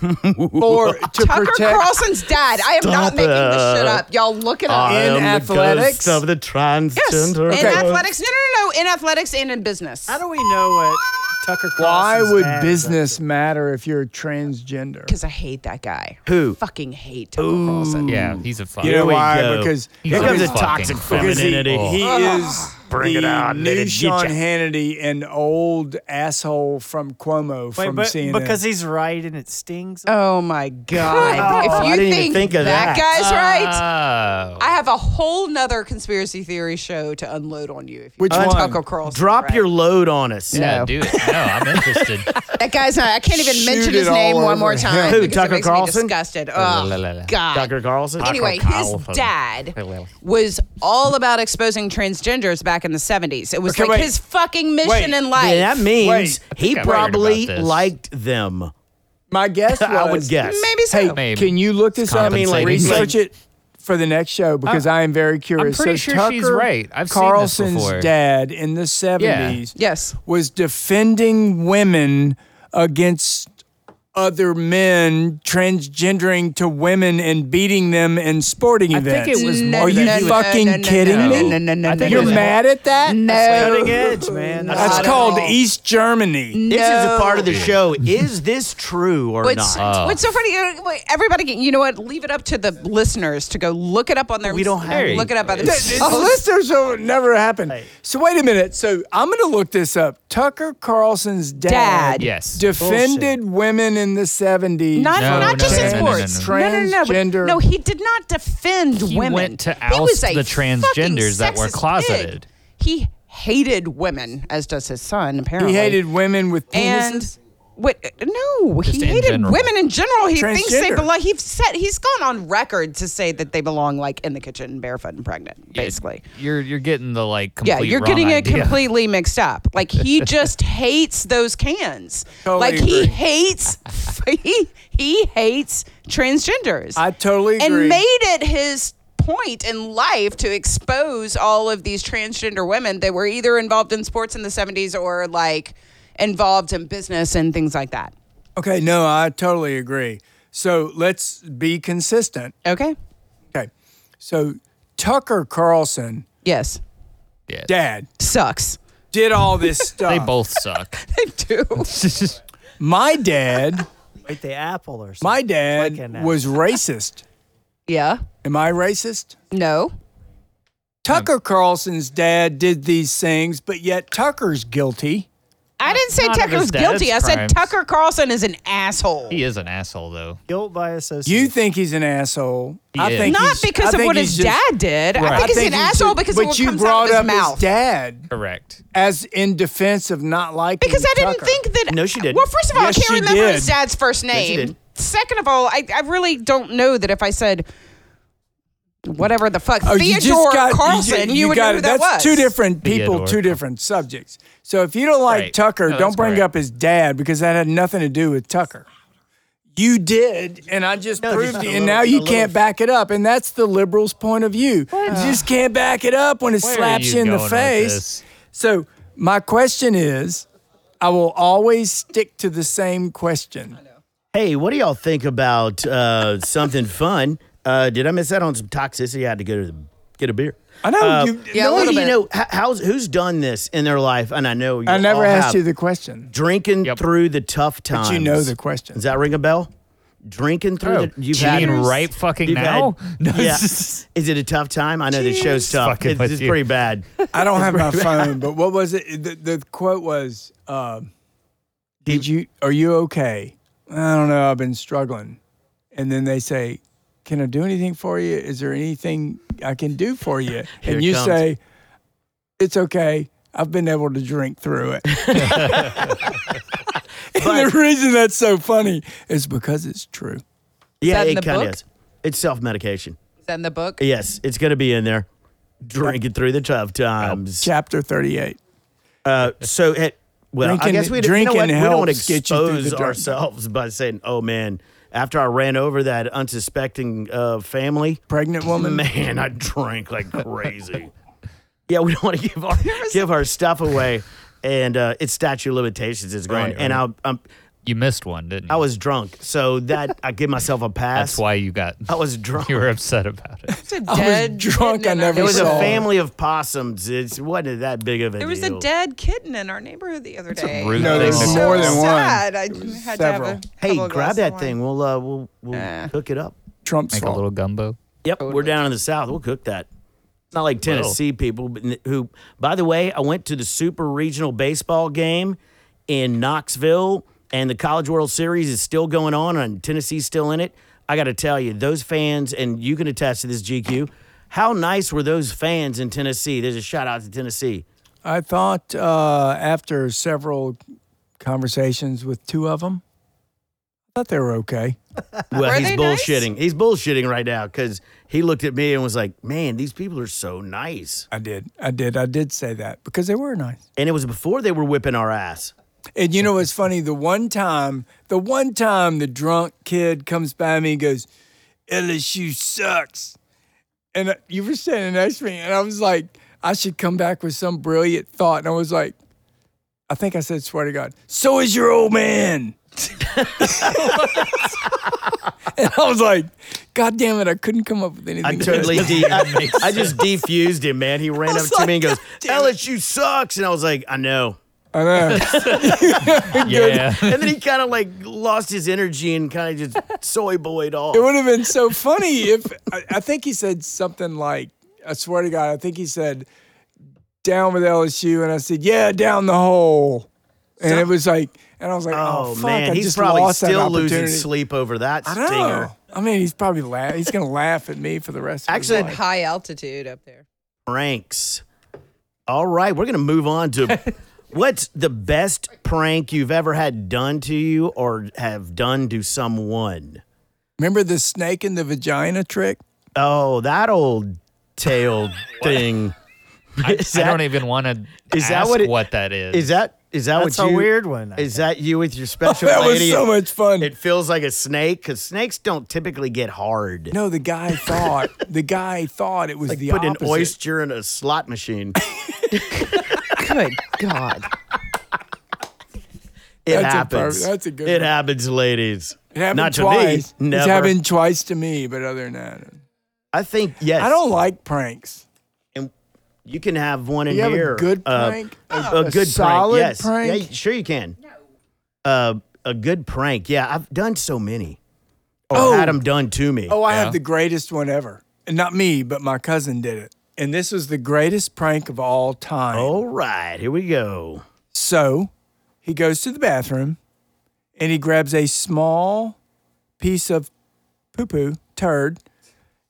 For to
Tucker
protect
Carlson's dad. I am not making this shit up. Y'all look it up.
I In am the athletics?
the ghost of the
yes.
transgender.
In
Okay.
athletics. No, no, no, no. In athletics and in business.
How do we know what Tucker
Why
Carlson's
would
dad is
business matter if you're transgender?
Because I hate that guy.
Who?
Fucking hate Tucker Carlson.
Yeah, he's a fuck.
You know
we
why?
go.
Because
Here
because
comes
he-
the toxic
because he-
femininity.
He, Oh. is bring it out,
let it
new
get
Sean
ya.
Hannity and old asshole from Cuomo
Wait,
from
but,
CNN.
because he's right and it stings.
Oh my God.
Oh,
if you
I didn't even
think,
think of
that,
that.
guy's
Uh.
right,
Oh.
I have a whole nother conspiracy theory show to unload on you. If you
Which
think
one?
Tucker Carlson.
Drop
right.
your load on us.
yeah,
No.
do it. No, I'm interested.
That guy's not. I can't even
Shoot
mention
it
his name
all
one more
over.
time.
Who,
because it
Tucker
makes me
Carlson?
Disgusted.
la,
Oh,
la, la.
God.
Tucker Carlson?
Anyway,
Tucker
his
Carlson.
dad
La, la, la.
was all about exposing transgenders back in the 70s. It was
Okay,
like
wait.
his fucking mission
Wait.
in life.
Then that means
Wait.
he
I heard about
probably
this.
liked them.
my guess was,
I would guess.
Maybe so.
Hey,
Maybe.
can you look this up?
mean, like-
research it for the next show because I am very curious.
pretty
so
sure
Tucker
she's right. I've seen this
Carlson's
before.
dad in the seventies
Yes.
was defending women against other men transgendering to women and beating them in sporting
I think
events.
it was
No,
more
Are
no,
you
no, no,
fucking
no, no, no,
kidding
no,
me?
No, no, no,
I
no.
think it
You're
was-
mad at that?
Cutting
No.
edge, man.
That's
That's
Not at
called
all.
East Germany.
This is a
No.
part of the show. Is this true or
What's,
not?
what's
Oh.
so funny? uh, wait, Everybody, can- you know what? Leave it up to the listeners to go look it up on their.
We don't have
look it up Oh, by
Th-
themselves.
listeners will never happen. So wait a minute. So I'm going to look this up. Tucker Carlson's dad,
Dad.
Yes.
defended women in the 70s.
Not,
No,
not
no,
just
no,
in
no,
sports.
no, no,
no,
no.
no, no, but-
Transgender-
no, he did not defend
He
women.
went to
he was
oust
a
the transgenders
fucking
that
sexist
were
pig.
closeted.
He hated women, as does his son, apparently.
He hated women with penises.
and what? No,
Just
he
in
hated
general.
women in general. He thinks they
Transgender.
belong. He's said he's gone on record to say that they belong like in the kitchen, barefoot and pregnant, basically.
You're you're getting the like complete
Yeah, you're
wrong
getting it
idea.
completely mixed up. Like he just hates those cans.
Totally
like he
agree.
hates he he hates transgenders.
I totally agree.
and made it his point in life to expose all of these transgender women that were either involved in sports in the 70s or like involved in business and things like that.
okay, no, I totally agree. So let's be consistent.
Okay?
Okay. So Tucker Carlson,
Yes.
Yeah.
dad,
Sucks.
did all this stuff.
They both suck.
They do.
My dad,
Like the apple or something.
my
Like
dad
an apple.
was racist.
yeah.
Am I racist?
No.
Tucker Carlson's dad did these things, but yet Tucker's guilty.
I didn't say
None of
Tucker
his
was
dad's
guilty. I said
crimes.
Tucker Carlson is an asshole.
he is an asshole though.
guilt by association.
You think he's an asshole?
He
I
is.
think
Not
he's- I
because of
think
what
he's
his
just-
dad did. I
Right.
think he's an
he's
asshole
just-
because
but
of what
you
comes
brought
out of his
up
mouth.
his dad
Correct.
as in defense of not liking.
Because I didn't
Tucker.
think that.
No, she didn't.
Well, first of all,
Yes,
I can't
she
remember
did.
his dad's first
she
name.
did.
Second of all, I, I really don't know that if I said whatever the fuck
Oh, you just
Theodore
got- you
Carlson, you,
ju-
would
got
know who
it.
that was.
That's two different people,
Theodore.
two different subjects. So if you don't like
Right.
Tucker,
No,
don't
that's
bring
correct.
up his dad because that had nothing to do with Tucker. You did, and I just
No,
proved
just
it,
a
and
little-
now you
a little-
can't back it up, and that's the liberals' point of view. You just can't back it up when it
Where are
slaps
you
you in the
going with
face.
this?
So my question is, I will always stick to the same question.
Hey, what do y'all think about uh, something fun? Uh, did I miss out on some toxicity? I had to go to the, get a beer.
I know you.
Yeah, a
no,
little
you
bit.
know h- how's who's done this in their life, and I know you
I never
all
asked
have.
you the question.
drinking
Yep.
through the tough times.
you know the question.
Does that ring a bell? Drinking through
Oh,
the you've
you
had
mean right fucking
you've
now?
had-
No,
yeah.
it's-
Is it a tough time? I know the show's tough.
Fucking
It's,
with
it's
you.
pretty bad.
I don't have my phone, but what was it? The, the quote was, uh, "Did you? Are you okay? I don't know. I've been struggling." And then they say, "Can I do anything for you? Is there anything I can do for you?"
Here it
and you
comes.
say, "It's okay. I've been able to drink through it." and the reason that's so funny is because it's true.
Yeah,
that in
it
the
kind of
book?
is. It's self medication.
Is that in the book?
Yes, it's gonna be in there. Drinking through the tough times.
Chapter thirty-eight.
Uh, so, it, well, I
Drinking-
guess we, you know
drinking
what? we don't want
helps
to
get you through the
expose
dark-
ourselves by saying, "Oh man, after I ran over that unsuspecting uh, family,
Pregnant woman.
man, I drank like crazy." yeah, we don't want to give our give our stuff away. and uh, its statute of limitations is gone.
Right,
And
right.
I, I'm,
You missed one, didn't you?
I was drunk, so that I give myself a pass.
That's why you got.
I was drunk.
You were upset about it.
It's a dead
drunk,
kitten
I
in
never
our
It was
saw.
a
neighborhood.
family of possums. It wasn't that big of a
There
deal.
was a dead kitten in our neighborhood the other day.
rude
No,
It was
there's
so
more than one.
sad. I had to have
several.
a
Hey,
couple of
grab
glasses
that
of
thing.
wine.
We'll uh, we'll we'll
Eh.
cook it up.
Trump's
Make a
fault.
little gumbo.
Yep, we're down in the south. We'll cook that. Not like Tennessee people, but n- who, by the way, I went to the Super Regional Baseball game in Knoxville, and the College World Series is still going on, and Tennessee's still in it. I got to tell you, those fans, and you can attest to this, GQ. How nice were those fans in Tennessee? There's a shout out to Tennessee.
I thought uh, after several conversations with two of them, I thought they were okay.
Well,
Were
he's
they nice?
bullshitting. He's bullshitting right now because he looked at me and was like, "Man, these people are so nice."
I did. I did. I did say that because they were nice.
And it was before they were whipping our ass.
And you know what's funny? The one time, the one time the drunk kid comes by me and goes, LSU sucks. And uh, you were standing next to me, and I was like, I should come back with some brilliant thought. And I was like, I think I said, swear to God, so is your old man. and I was like, God damn it, I couldn't come up with anything.
I
better."
totally de- I, I just defused him, man. He ran up to me and goes, "LSU sucks," and I was like, "I know."
I know.
Yeah.
And then he kind of like lost his energy and kind of just soy boyed off.
It would have been so funny if I, I think he said something like, I swear to God, I think he said, down with LSU. And I said, yeah, down the hole. And it was like, and I was like, oh,
oh
fuck,
man,
I
he's
just
probably
lost that
still losing
opportunity.
sleep over that
I
stinger.
know. I mean, he's probably laugh. He's gonna laugh at me for the rest. of
Actually,
his life.
High altitude up there.
pranks. All right, we're gonna move on to what's the best prank you've ever had done to you or have done to someone.
remember the snake in the vagina trick?
Oh, that old tail thing.
I,
Is
I
that-
don't even want to
is
ask
that what
what,
it-
that is.
Is that is that
That's
what
a
you,
weird one, I
is that you with your special
That was
lady?
so much fun.
It feels like a snake because snakes don't typically get hard.
No, the guy thought the guy thought it was the
Put
opposite.
an oyster in a slot machine.
Good God.
It
That's a
happens.
perfect- that's a good
It
one.
happens, ladies.
It happened
Not
twice.
to me. Never.
It's happened twice to me, but other than that,
I think yes.
I don't like pranks.
And you can have one in
You have a
here.
good
Uh,
prank?
a,
A-
a
a
good prank,
solid
Yes.
prank?
Yeah, sure you can. Uh, a good prank. Yeah, I've done so many. Or
Oh.
had them done to me.
Oh, I
Yeah.
have the greatest one ever. And not me, but my cousin did it. And this was the greatest prank of all time.
All right, here we go.
So he goes to the bathroom and he grabs a small piece of poo poo, turd,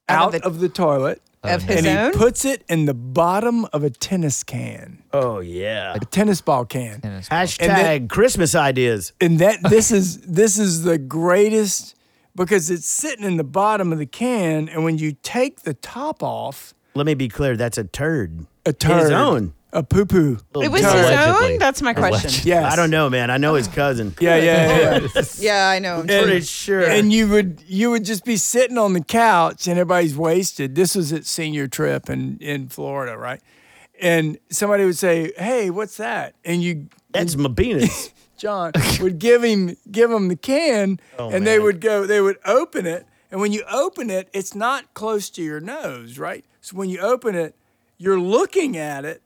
Out
out
of the-
of the toilet.
Of his
And he
own?
puts it in the bottom of a tennis can,
Oh yeah.
a tennis ball can.
Hashtag
And then-
Christmas ideas.
and that this is this is the greatest because it's sitting in the bottom of the can and when you take the top off
Let me be clear. That's a turd.
a turd
His own.
a poo poo
It was his
Allegedly.
own? That's my question.
Allegedly.
yes
I don't know, man. I know his cousin.
yeah yeah yeah
Yeah, I know.
Pretty sure.
and you would you would just be sitting on the couch and everybody's wasted this was at senior trip in in Florida right and somebody would say hey what's that and you
That's my penis.
John would give him give him the can, and they
man.
would go. They would open it, and when you open it, it's not close to your nose, right? So when you open it, you're looking at it,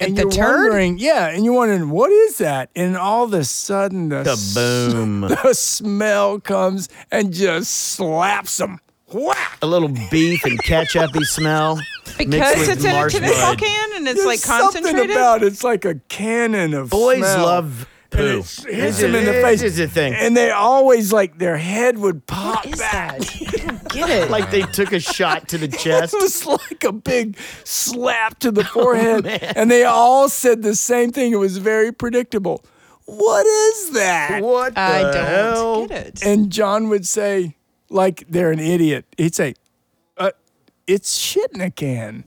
and
the
you're
turd?
wondering, yeah, and you're wondering what is that, and all of a sudden the s-
Kaboom.
the smell comes and just slaps him. Whack!
a little beef and ketchupy smell.
Because it's in a tennis ball
marshmallow.
can and it's
There's
like concentrated.
Something about it's like a cannon of
Boys
smell.
love
And
poo.
it hits them in the face.
Is the thing.
and they always like their head would pop
is
back.
that? I don't get it.
like they took a shot to the chest. Oh,
It was like a big slap to the forehead. and they all said the same thing. It was very predictable. What is that?
What the
I don't
hell?
get it.
And John would say, like they're an idiot. He'd say, uh, it's shit in a can.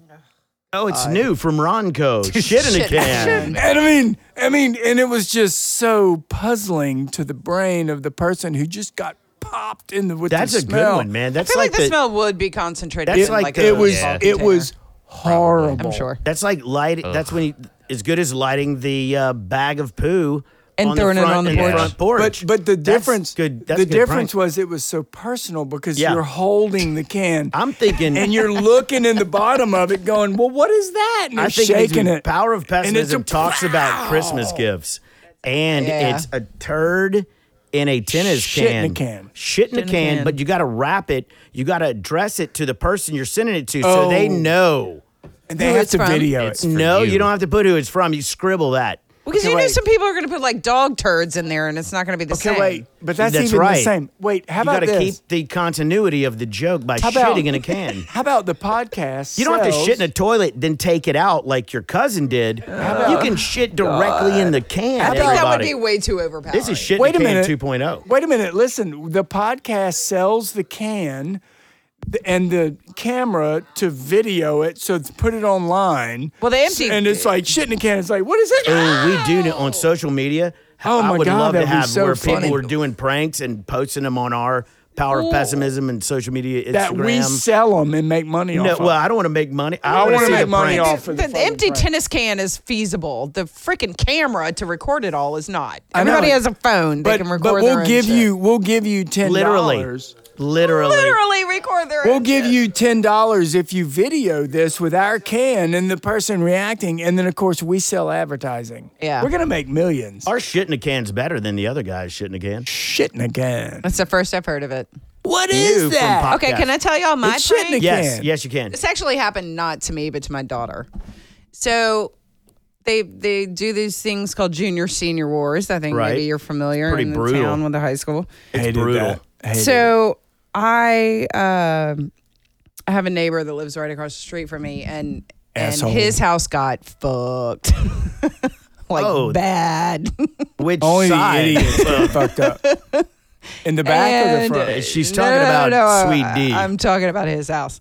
Oh, it's new from Ronco. Shit in a can.
And I mean, I mean, and it was just so puzzling to the brain of the person who just got popped in the with the
That's a good
smell.
one, man.
I
That's
feel like,
like
the
the.
smell would be concentrated.
That's
in
like
like
the-
It was
Yeah.
it was horrible.
I'm sure.
That's like light. That's when you, as good as lighting the uh, bag of poo
And
the
throwing it
front-
on the
in
porch.
front porch.
But but the
That's
difference
good. That's
the
good
difference
prank.
was it was so personal because
Yeah.
you're holding the can.
I'm thinking-
and you're looking in the bottom of it, going, "Well, what is that?" And
I
you're
think
shaking
the
it.
Power of
And it's a
pessimism talks about Christmas gifts, and
Yeah.
it's a turd in a tennis
Shit
can.
in a can.
Shit in a can,
can.
but you got to wrap it. You got to address it to the person you're sending it to, so
Oh.
they know.
And they
Who
have
it's
to
from?
video
It's
it.
for
no, you.
you.
don't have to put who it's from. You scribble that.
Because you know some people are going to put like dog turds in there, and it's not going to be the
Okay,
same.
wait, but that's,
That's
even the
right.
same. Wait, how
you
about
gotta
this?
keep the continuity of the joke by
how about
shitting in a can.
How about the podcast?
You don't have to
sells-
shit in a toilet, then take it out like your cousin did. you can shit directly in the can.
I think that would
everybody.
be way too overpowering.
This is shit
Wait a
in a can oh.
minute.
2.0.
Wait a minute. Listen, the podcast sells the can th- and the camera to video it, so it's put it online.
Well, they empty-
And it's like shit in a can. It's like, what is it?
Oh, we do know on social media.
Oh
I
my
would
God,
love to
that'd be
have
so
where
funny.
people were doing pranks and posting them on our Power of Pessimism and social media Instagram.
that we sell them and make money
no,
off
well,
of.
I don't want to make money. I,
I
want
wanna
to see
make
the
money
pranks.
off- for
the,
the
the
fucking
empty
prank.
tennis can is feasible. The freaking camera to record it all is not.
know
Everybody
it.
has a phone; they
But,
can record
but
their
we'll
own
give
shit.
you we'll give you ten
Literally.
dollars.
Literally.
literally record their.
We'll
own
give
shit.
you ten dollars if you video this with our can and the person reacting, and then of course we sell advertising.
Yeah.
we're gonna make millions.
Our shit in a can's better than the other guy's shit in a can.
shit in a can.
That's the first I've heard of it.
What
You from Pop-
Okay,
Podcast.
can I tell y'all my
It's shit in
prank?
the-
Yes,
can.
yes, you can.
This actually happened not to me, but to my daughter. So they they do these things called junior senior wars. I think
Right.
maybe you're familiar
Pretty
in the
brutal.
town with the high school.
Hated
brutal.
that. Hated
so I um I have a neighbor that lives right across the street from me, and and
Asshole.
his house got fucked. Like
Oh.
bad.
Which
Only the
side?
idiots that fucked up. In the back or
And-
the front?
She's talking
No, no,
about
no,
Sweet
I-
D.
I'm talking about his house.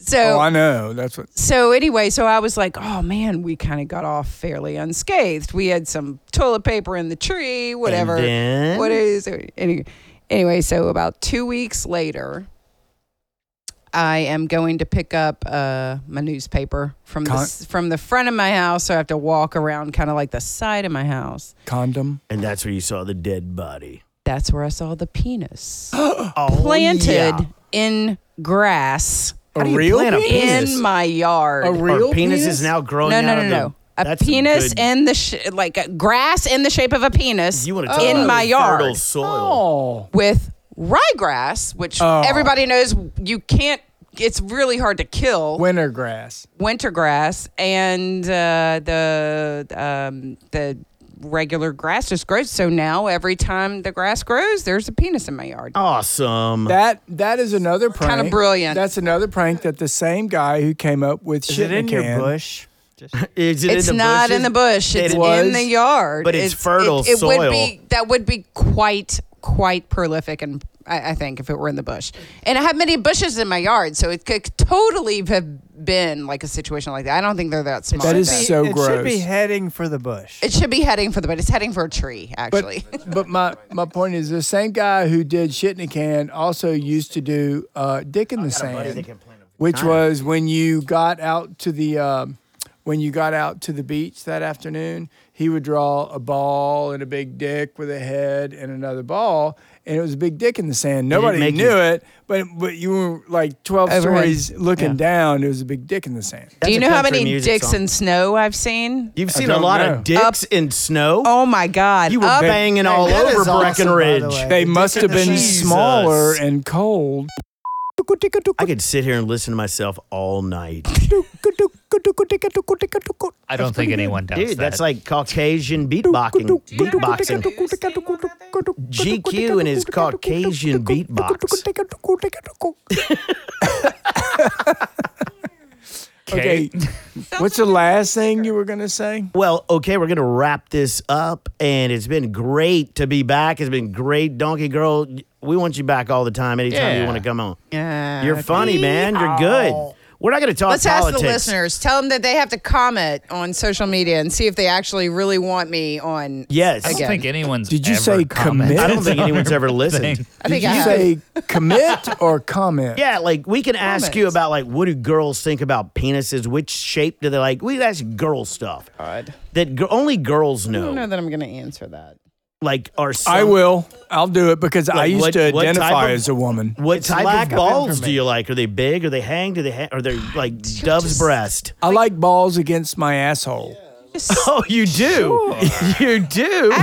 So
Oh, I know. That's what.
so anyway, so I was like, oh man, we kind of got off fairly unscathed. We had some toilet paper in the tree, whatever.
then?
What is anyway, anyway? So about two weeks later, I am going to pick up uh, my newspaper from the
Con-
the from the front of my house. So I have to walk around kind of like the side of my house.
Condom.
and that's where you saw the dead body.
That's where I saw the penis
Oh,
planted
yeah.
in grass
A
do you
real
plant a
penis?
in my yard.
A
Our
real
penis,
penis?
is now growing
no, no,
out
no,
of
no,
the-
no. A
That's some
penis
good-
in the sh- like a grass in the shape of a penis
You want to talk
in
about
my yard
fertile soil?
Oh.
with ryegrass, which
Oh.
everybody knows you can't. It's really hard to kill
Winter grass.
winter grass, and uh, the um, the regular grass just grows. So now every time the grass grows, there's a penis in my yard.
Oh.
Awesome.
That that is another prank.
brilliant.
That's another prank that the same guy who came up with
Is
shit
it in
a can.
your bush?
Is it
It's
in the
not
bushes?
in the bush. It's in
It was,
the yard.
but it's fertile
it, it Would
soil.
be, that would be quite quite prolific, and I, I think if it were in the bush. And I have many bushes in my yard, so it could totally have been like a situation like that. I don't think they're that small.
That
though.
is
Be-
so
it should be
gross.
heading for the bush.
It should be heading for the, but it's heading for a tree actually.
But, but my, my point is the same guy who did shit in a can also used to do uh, dick in the sand, which was when you got out to the um, when you got out to the beach that afternoon. He would draw a ball and a big dick with a head and another ball, and it was a big dick in the sand. Nobody
make
knew
you-
it, but but you were like twelve
Overhead.
stories looking down. It was a big dick in the sand.
Do you
That's a
know how
country
many
music
dicks
song.
in snow I've seen?
You've seen a
don't
lot
know.
of dicks in snow.
Oh my God!
you were
Up-
banging all
That is
over
awesome, by the
Breckenridge.
way.
They
Dick
must
in
have
the
been
sand.
Jesus.
smaller and cold.
I could sit here and listen to myself all night.
I don't think anyone doubts
Dude,
that.
that's like Caucasian beatboxing. beatboxing. GQ and his Caucasian beatbox.
Okay. What's the last thing you were going to say?
Well, okay, we're gonna wrap this up, and it's been great to be back. It's been great, Donkey Girl. We want you back all the time. Anytime you
Yeah.
want to come on,
Yeah,
you're funny, man. You're good. We're not going to talk
Let's ask
politics.
the listeners. Tell them that they have to comment on social media and see if they actually really want me on.
Yes.
I don't
Again.
think anyone's.
Did you
ever
say
commented
commit?
I don't think
on
anyone's ever listened.
thing.
I think
Did
I
you
have.
say commit or comment?
Yeah, like we can ask you
Comments.
about like what do girls think about penises? Which shape do they like? We that's girl stuff
God.
that gir- only girls
I
know.
don't know that I'm going to answer that.
Like are some,
I will. I'll do it because I
Like,
used
what-
to
what type
identify
of-
as a woman.
What type
lack
of
of
balls do
information.
you like? Are they big? Are they hang? Do they ha- are they like dove's breast?
I like balls against my asshole.
Oh, you do. you do.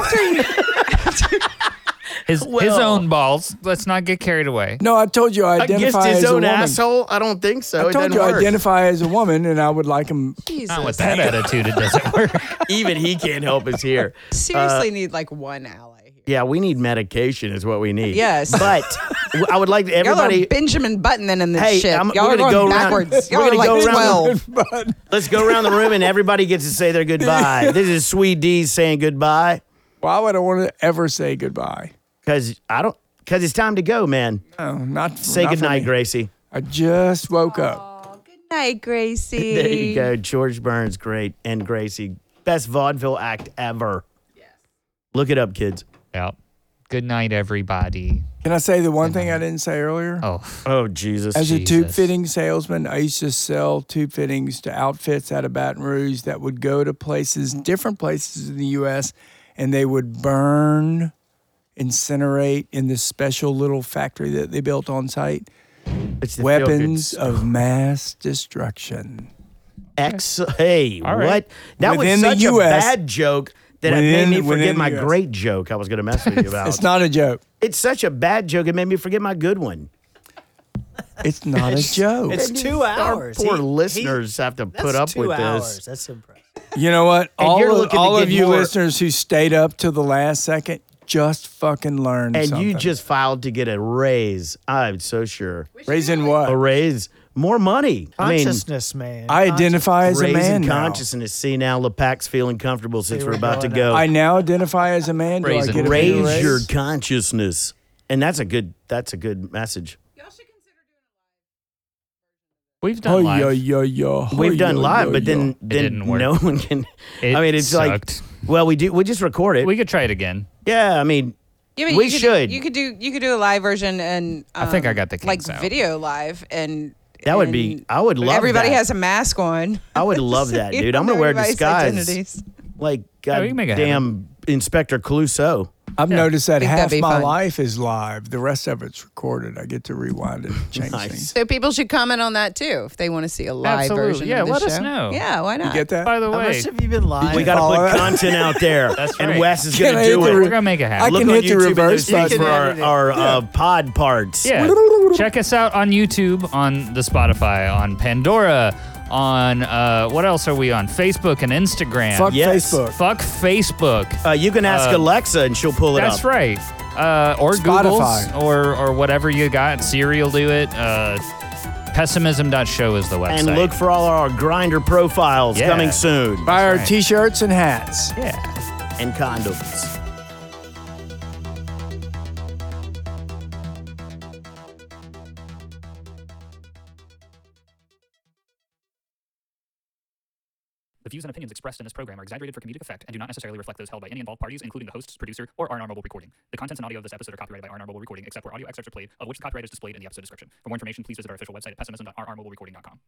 His, his
Well-
own balls. Let's not get carried away.
No, I told you I
Against
identify
his
as a
own
woman.
asshole? I don't think so.
I told
it doesn't
you I
work.
identify as a woman, and I would like them.
Jesus.
Not with that attitude. It doesn't work.
Even he can't help us here. Uh,
Seriously, need like one ally here.
Yeah, we need medication, is what we need.
Yes.
but w- I would like
Y'all
everybody.
are Benjamin Buttoning in this
Hey,
shit.
I'm-
Y'all
we're
are
gonna
going
go around-
backwards.
we're
Y'all are
gonna go
like
around-
twelve.
but
Let's go around the room and everybody gets to say their goodbye. this is Sweet D saying goodbye
why would I want to ever say goodbye?
because I don't because it's time to go, man.
No, Oh, not
Say
not for
goodnight,
me.
Gracie.
I just woke up.
Night, Gracie.
There you go, George Burns, great, and Gracie, best vaudeville act ever. Look it up, kids.
Yeah. Good night, everybody.
Can I say the one thing I didn't say earlier?
Oh,
Oh Jesus!
As a
Jesus.
tube fitting salesman, I used to sell tube fittings to outfits out of Baton Rouge that would go to places, different places in the U.S., and they would burn, incinerate in this special little factory that they built on site
It's the
weapons
feel-goods.
of mass destruction.
Ex. Hey,
All right.
what? That
Within the
was such a
US.
bad joke that it made
Within-
me forget
within
my
the US.
great joke. I was going to mess with you about.
It's not a joke.
It's such a bad joke. It made me forget my good one.
It's not a joke.
It's two hours.
Poor
He- he-
listeners have to put
that's
up
two
with
hours.
this.
That's impressive.
You know what?
And
All
you're
of,
looking to
all of
get
you
more-
listeners who stayed up to the last second, just fucking learned
And
something.
you just filed to get a raise. I'm so sure.
raising
A
what?
raise, more money. I mean,
Consciousness, man.
I identify as a man
raising
now.
consciousnness. See now, LePac's feeling comfortable since
See,
we're
we're
about to
going
go.
I now identify as a man. Do I
Raising-
get a
raise
bigger raise
your consciousness, and that's a good. That's a good message.
we've done
Oh
live.
yeah, yeah, yeah.
We've
Hey,
done
yeah,
live,
yeah,
but
yeah.
then then
didn't work.
no one can.
It
I mean, it's
sucked.
like well, we do. We just record it.
We could try it again.
yeah, I mean,
Yeah, but
We
you could,
should.
You could do you could do a live version and
I think I
um,
got the
like
kinks out.
video live and
That would be-
and
I would love
Everybody
that.
has a mask on.
I would love that,
You
dude.
don't
I'm gonna
know
wear a
everybody's
disguise,
identities.
like
Yeah,
God,
we can make it
damn Inspector Clouseau.
I've noticed that
Think
half
that'd be
my
fun.
life is live. The rest of it's recorded. I get to rewind it, and change
Nice.
things.
So people should comment on that too if they want to see a live
Absolutely.
version.
Yeah,
of the
let us
show.
know.
Yeah, why not?
Get that?
By the
How
way,
much have you been lying?
We got
follow
to
that?
put content out there,
That's
and
right.
Wes is
Can
gonna
I hit
do
the
it.
we're gonna make it
I
happen.
Look
can
on
hit the
YouTube at
reverse
those things
button.
for our, our uh, pod parts.
Yeah. Check us out on YouTube, on the Spotify, on Pandora, on uh, what else are we on? Facebook and Instagram.
Fuck
Yes.
Facebook.
Fuck Facebook.
Uh, you can ask
Uh,
Alexa, and she'll pull it
That's
up.
right. Uh, or
Spotify.
Google's or or whatever you got. Serial do it. Uh, pessimism.show is the website.
And look for all our grinder profiles
Yeah.
coming soon,
Buy our
right.
t-shirts and hats.
yeah.
and condoms.
The views and opinions expressed in this program are exaggerated for comedic effect and do not necessarily reflect those held by any involved parties, including the hosts, producer, or R&R Mobile Recording. The contents and audio of this episode are copyrighted by R&R Mobile Recording, except where audio excerpts are played, of which the copyright is displayed in the episode description. For more information, please visit our official website at pessimism.rrmobilerecording.com.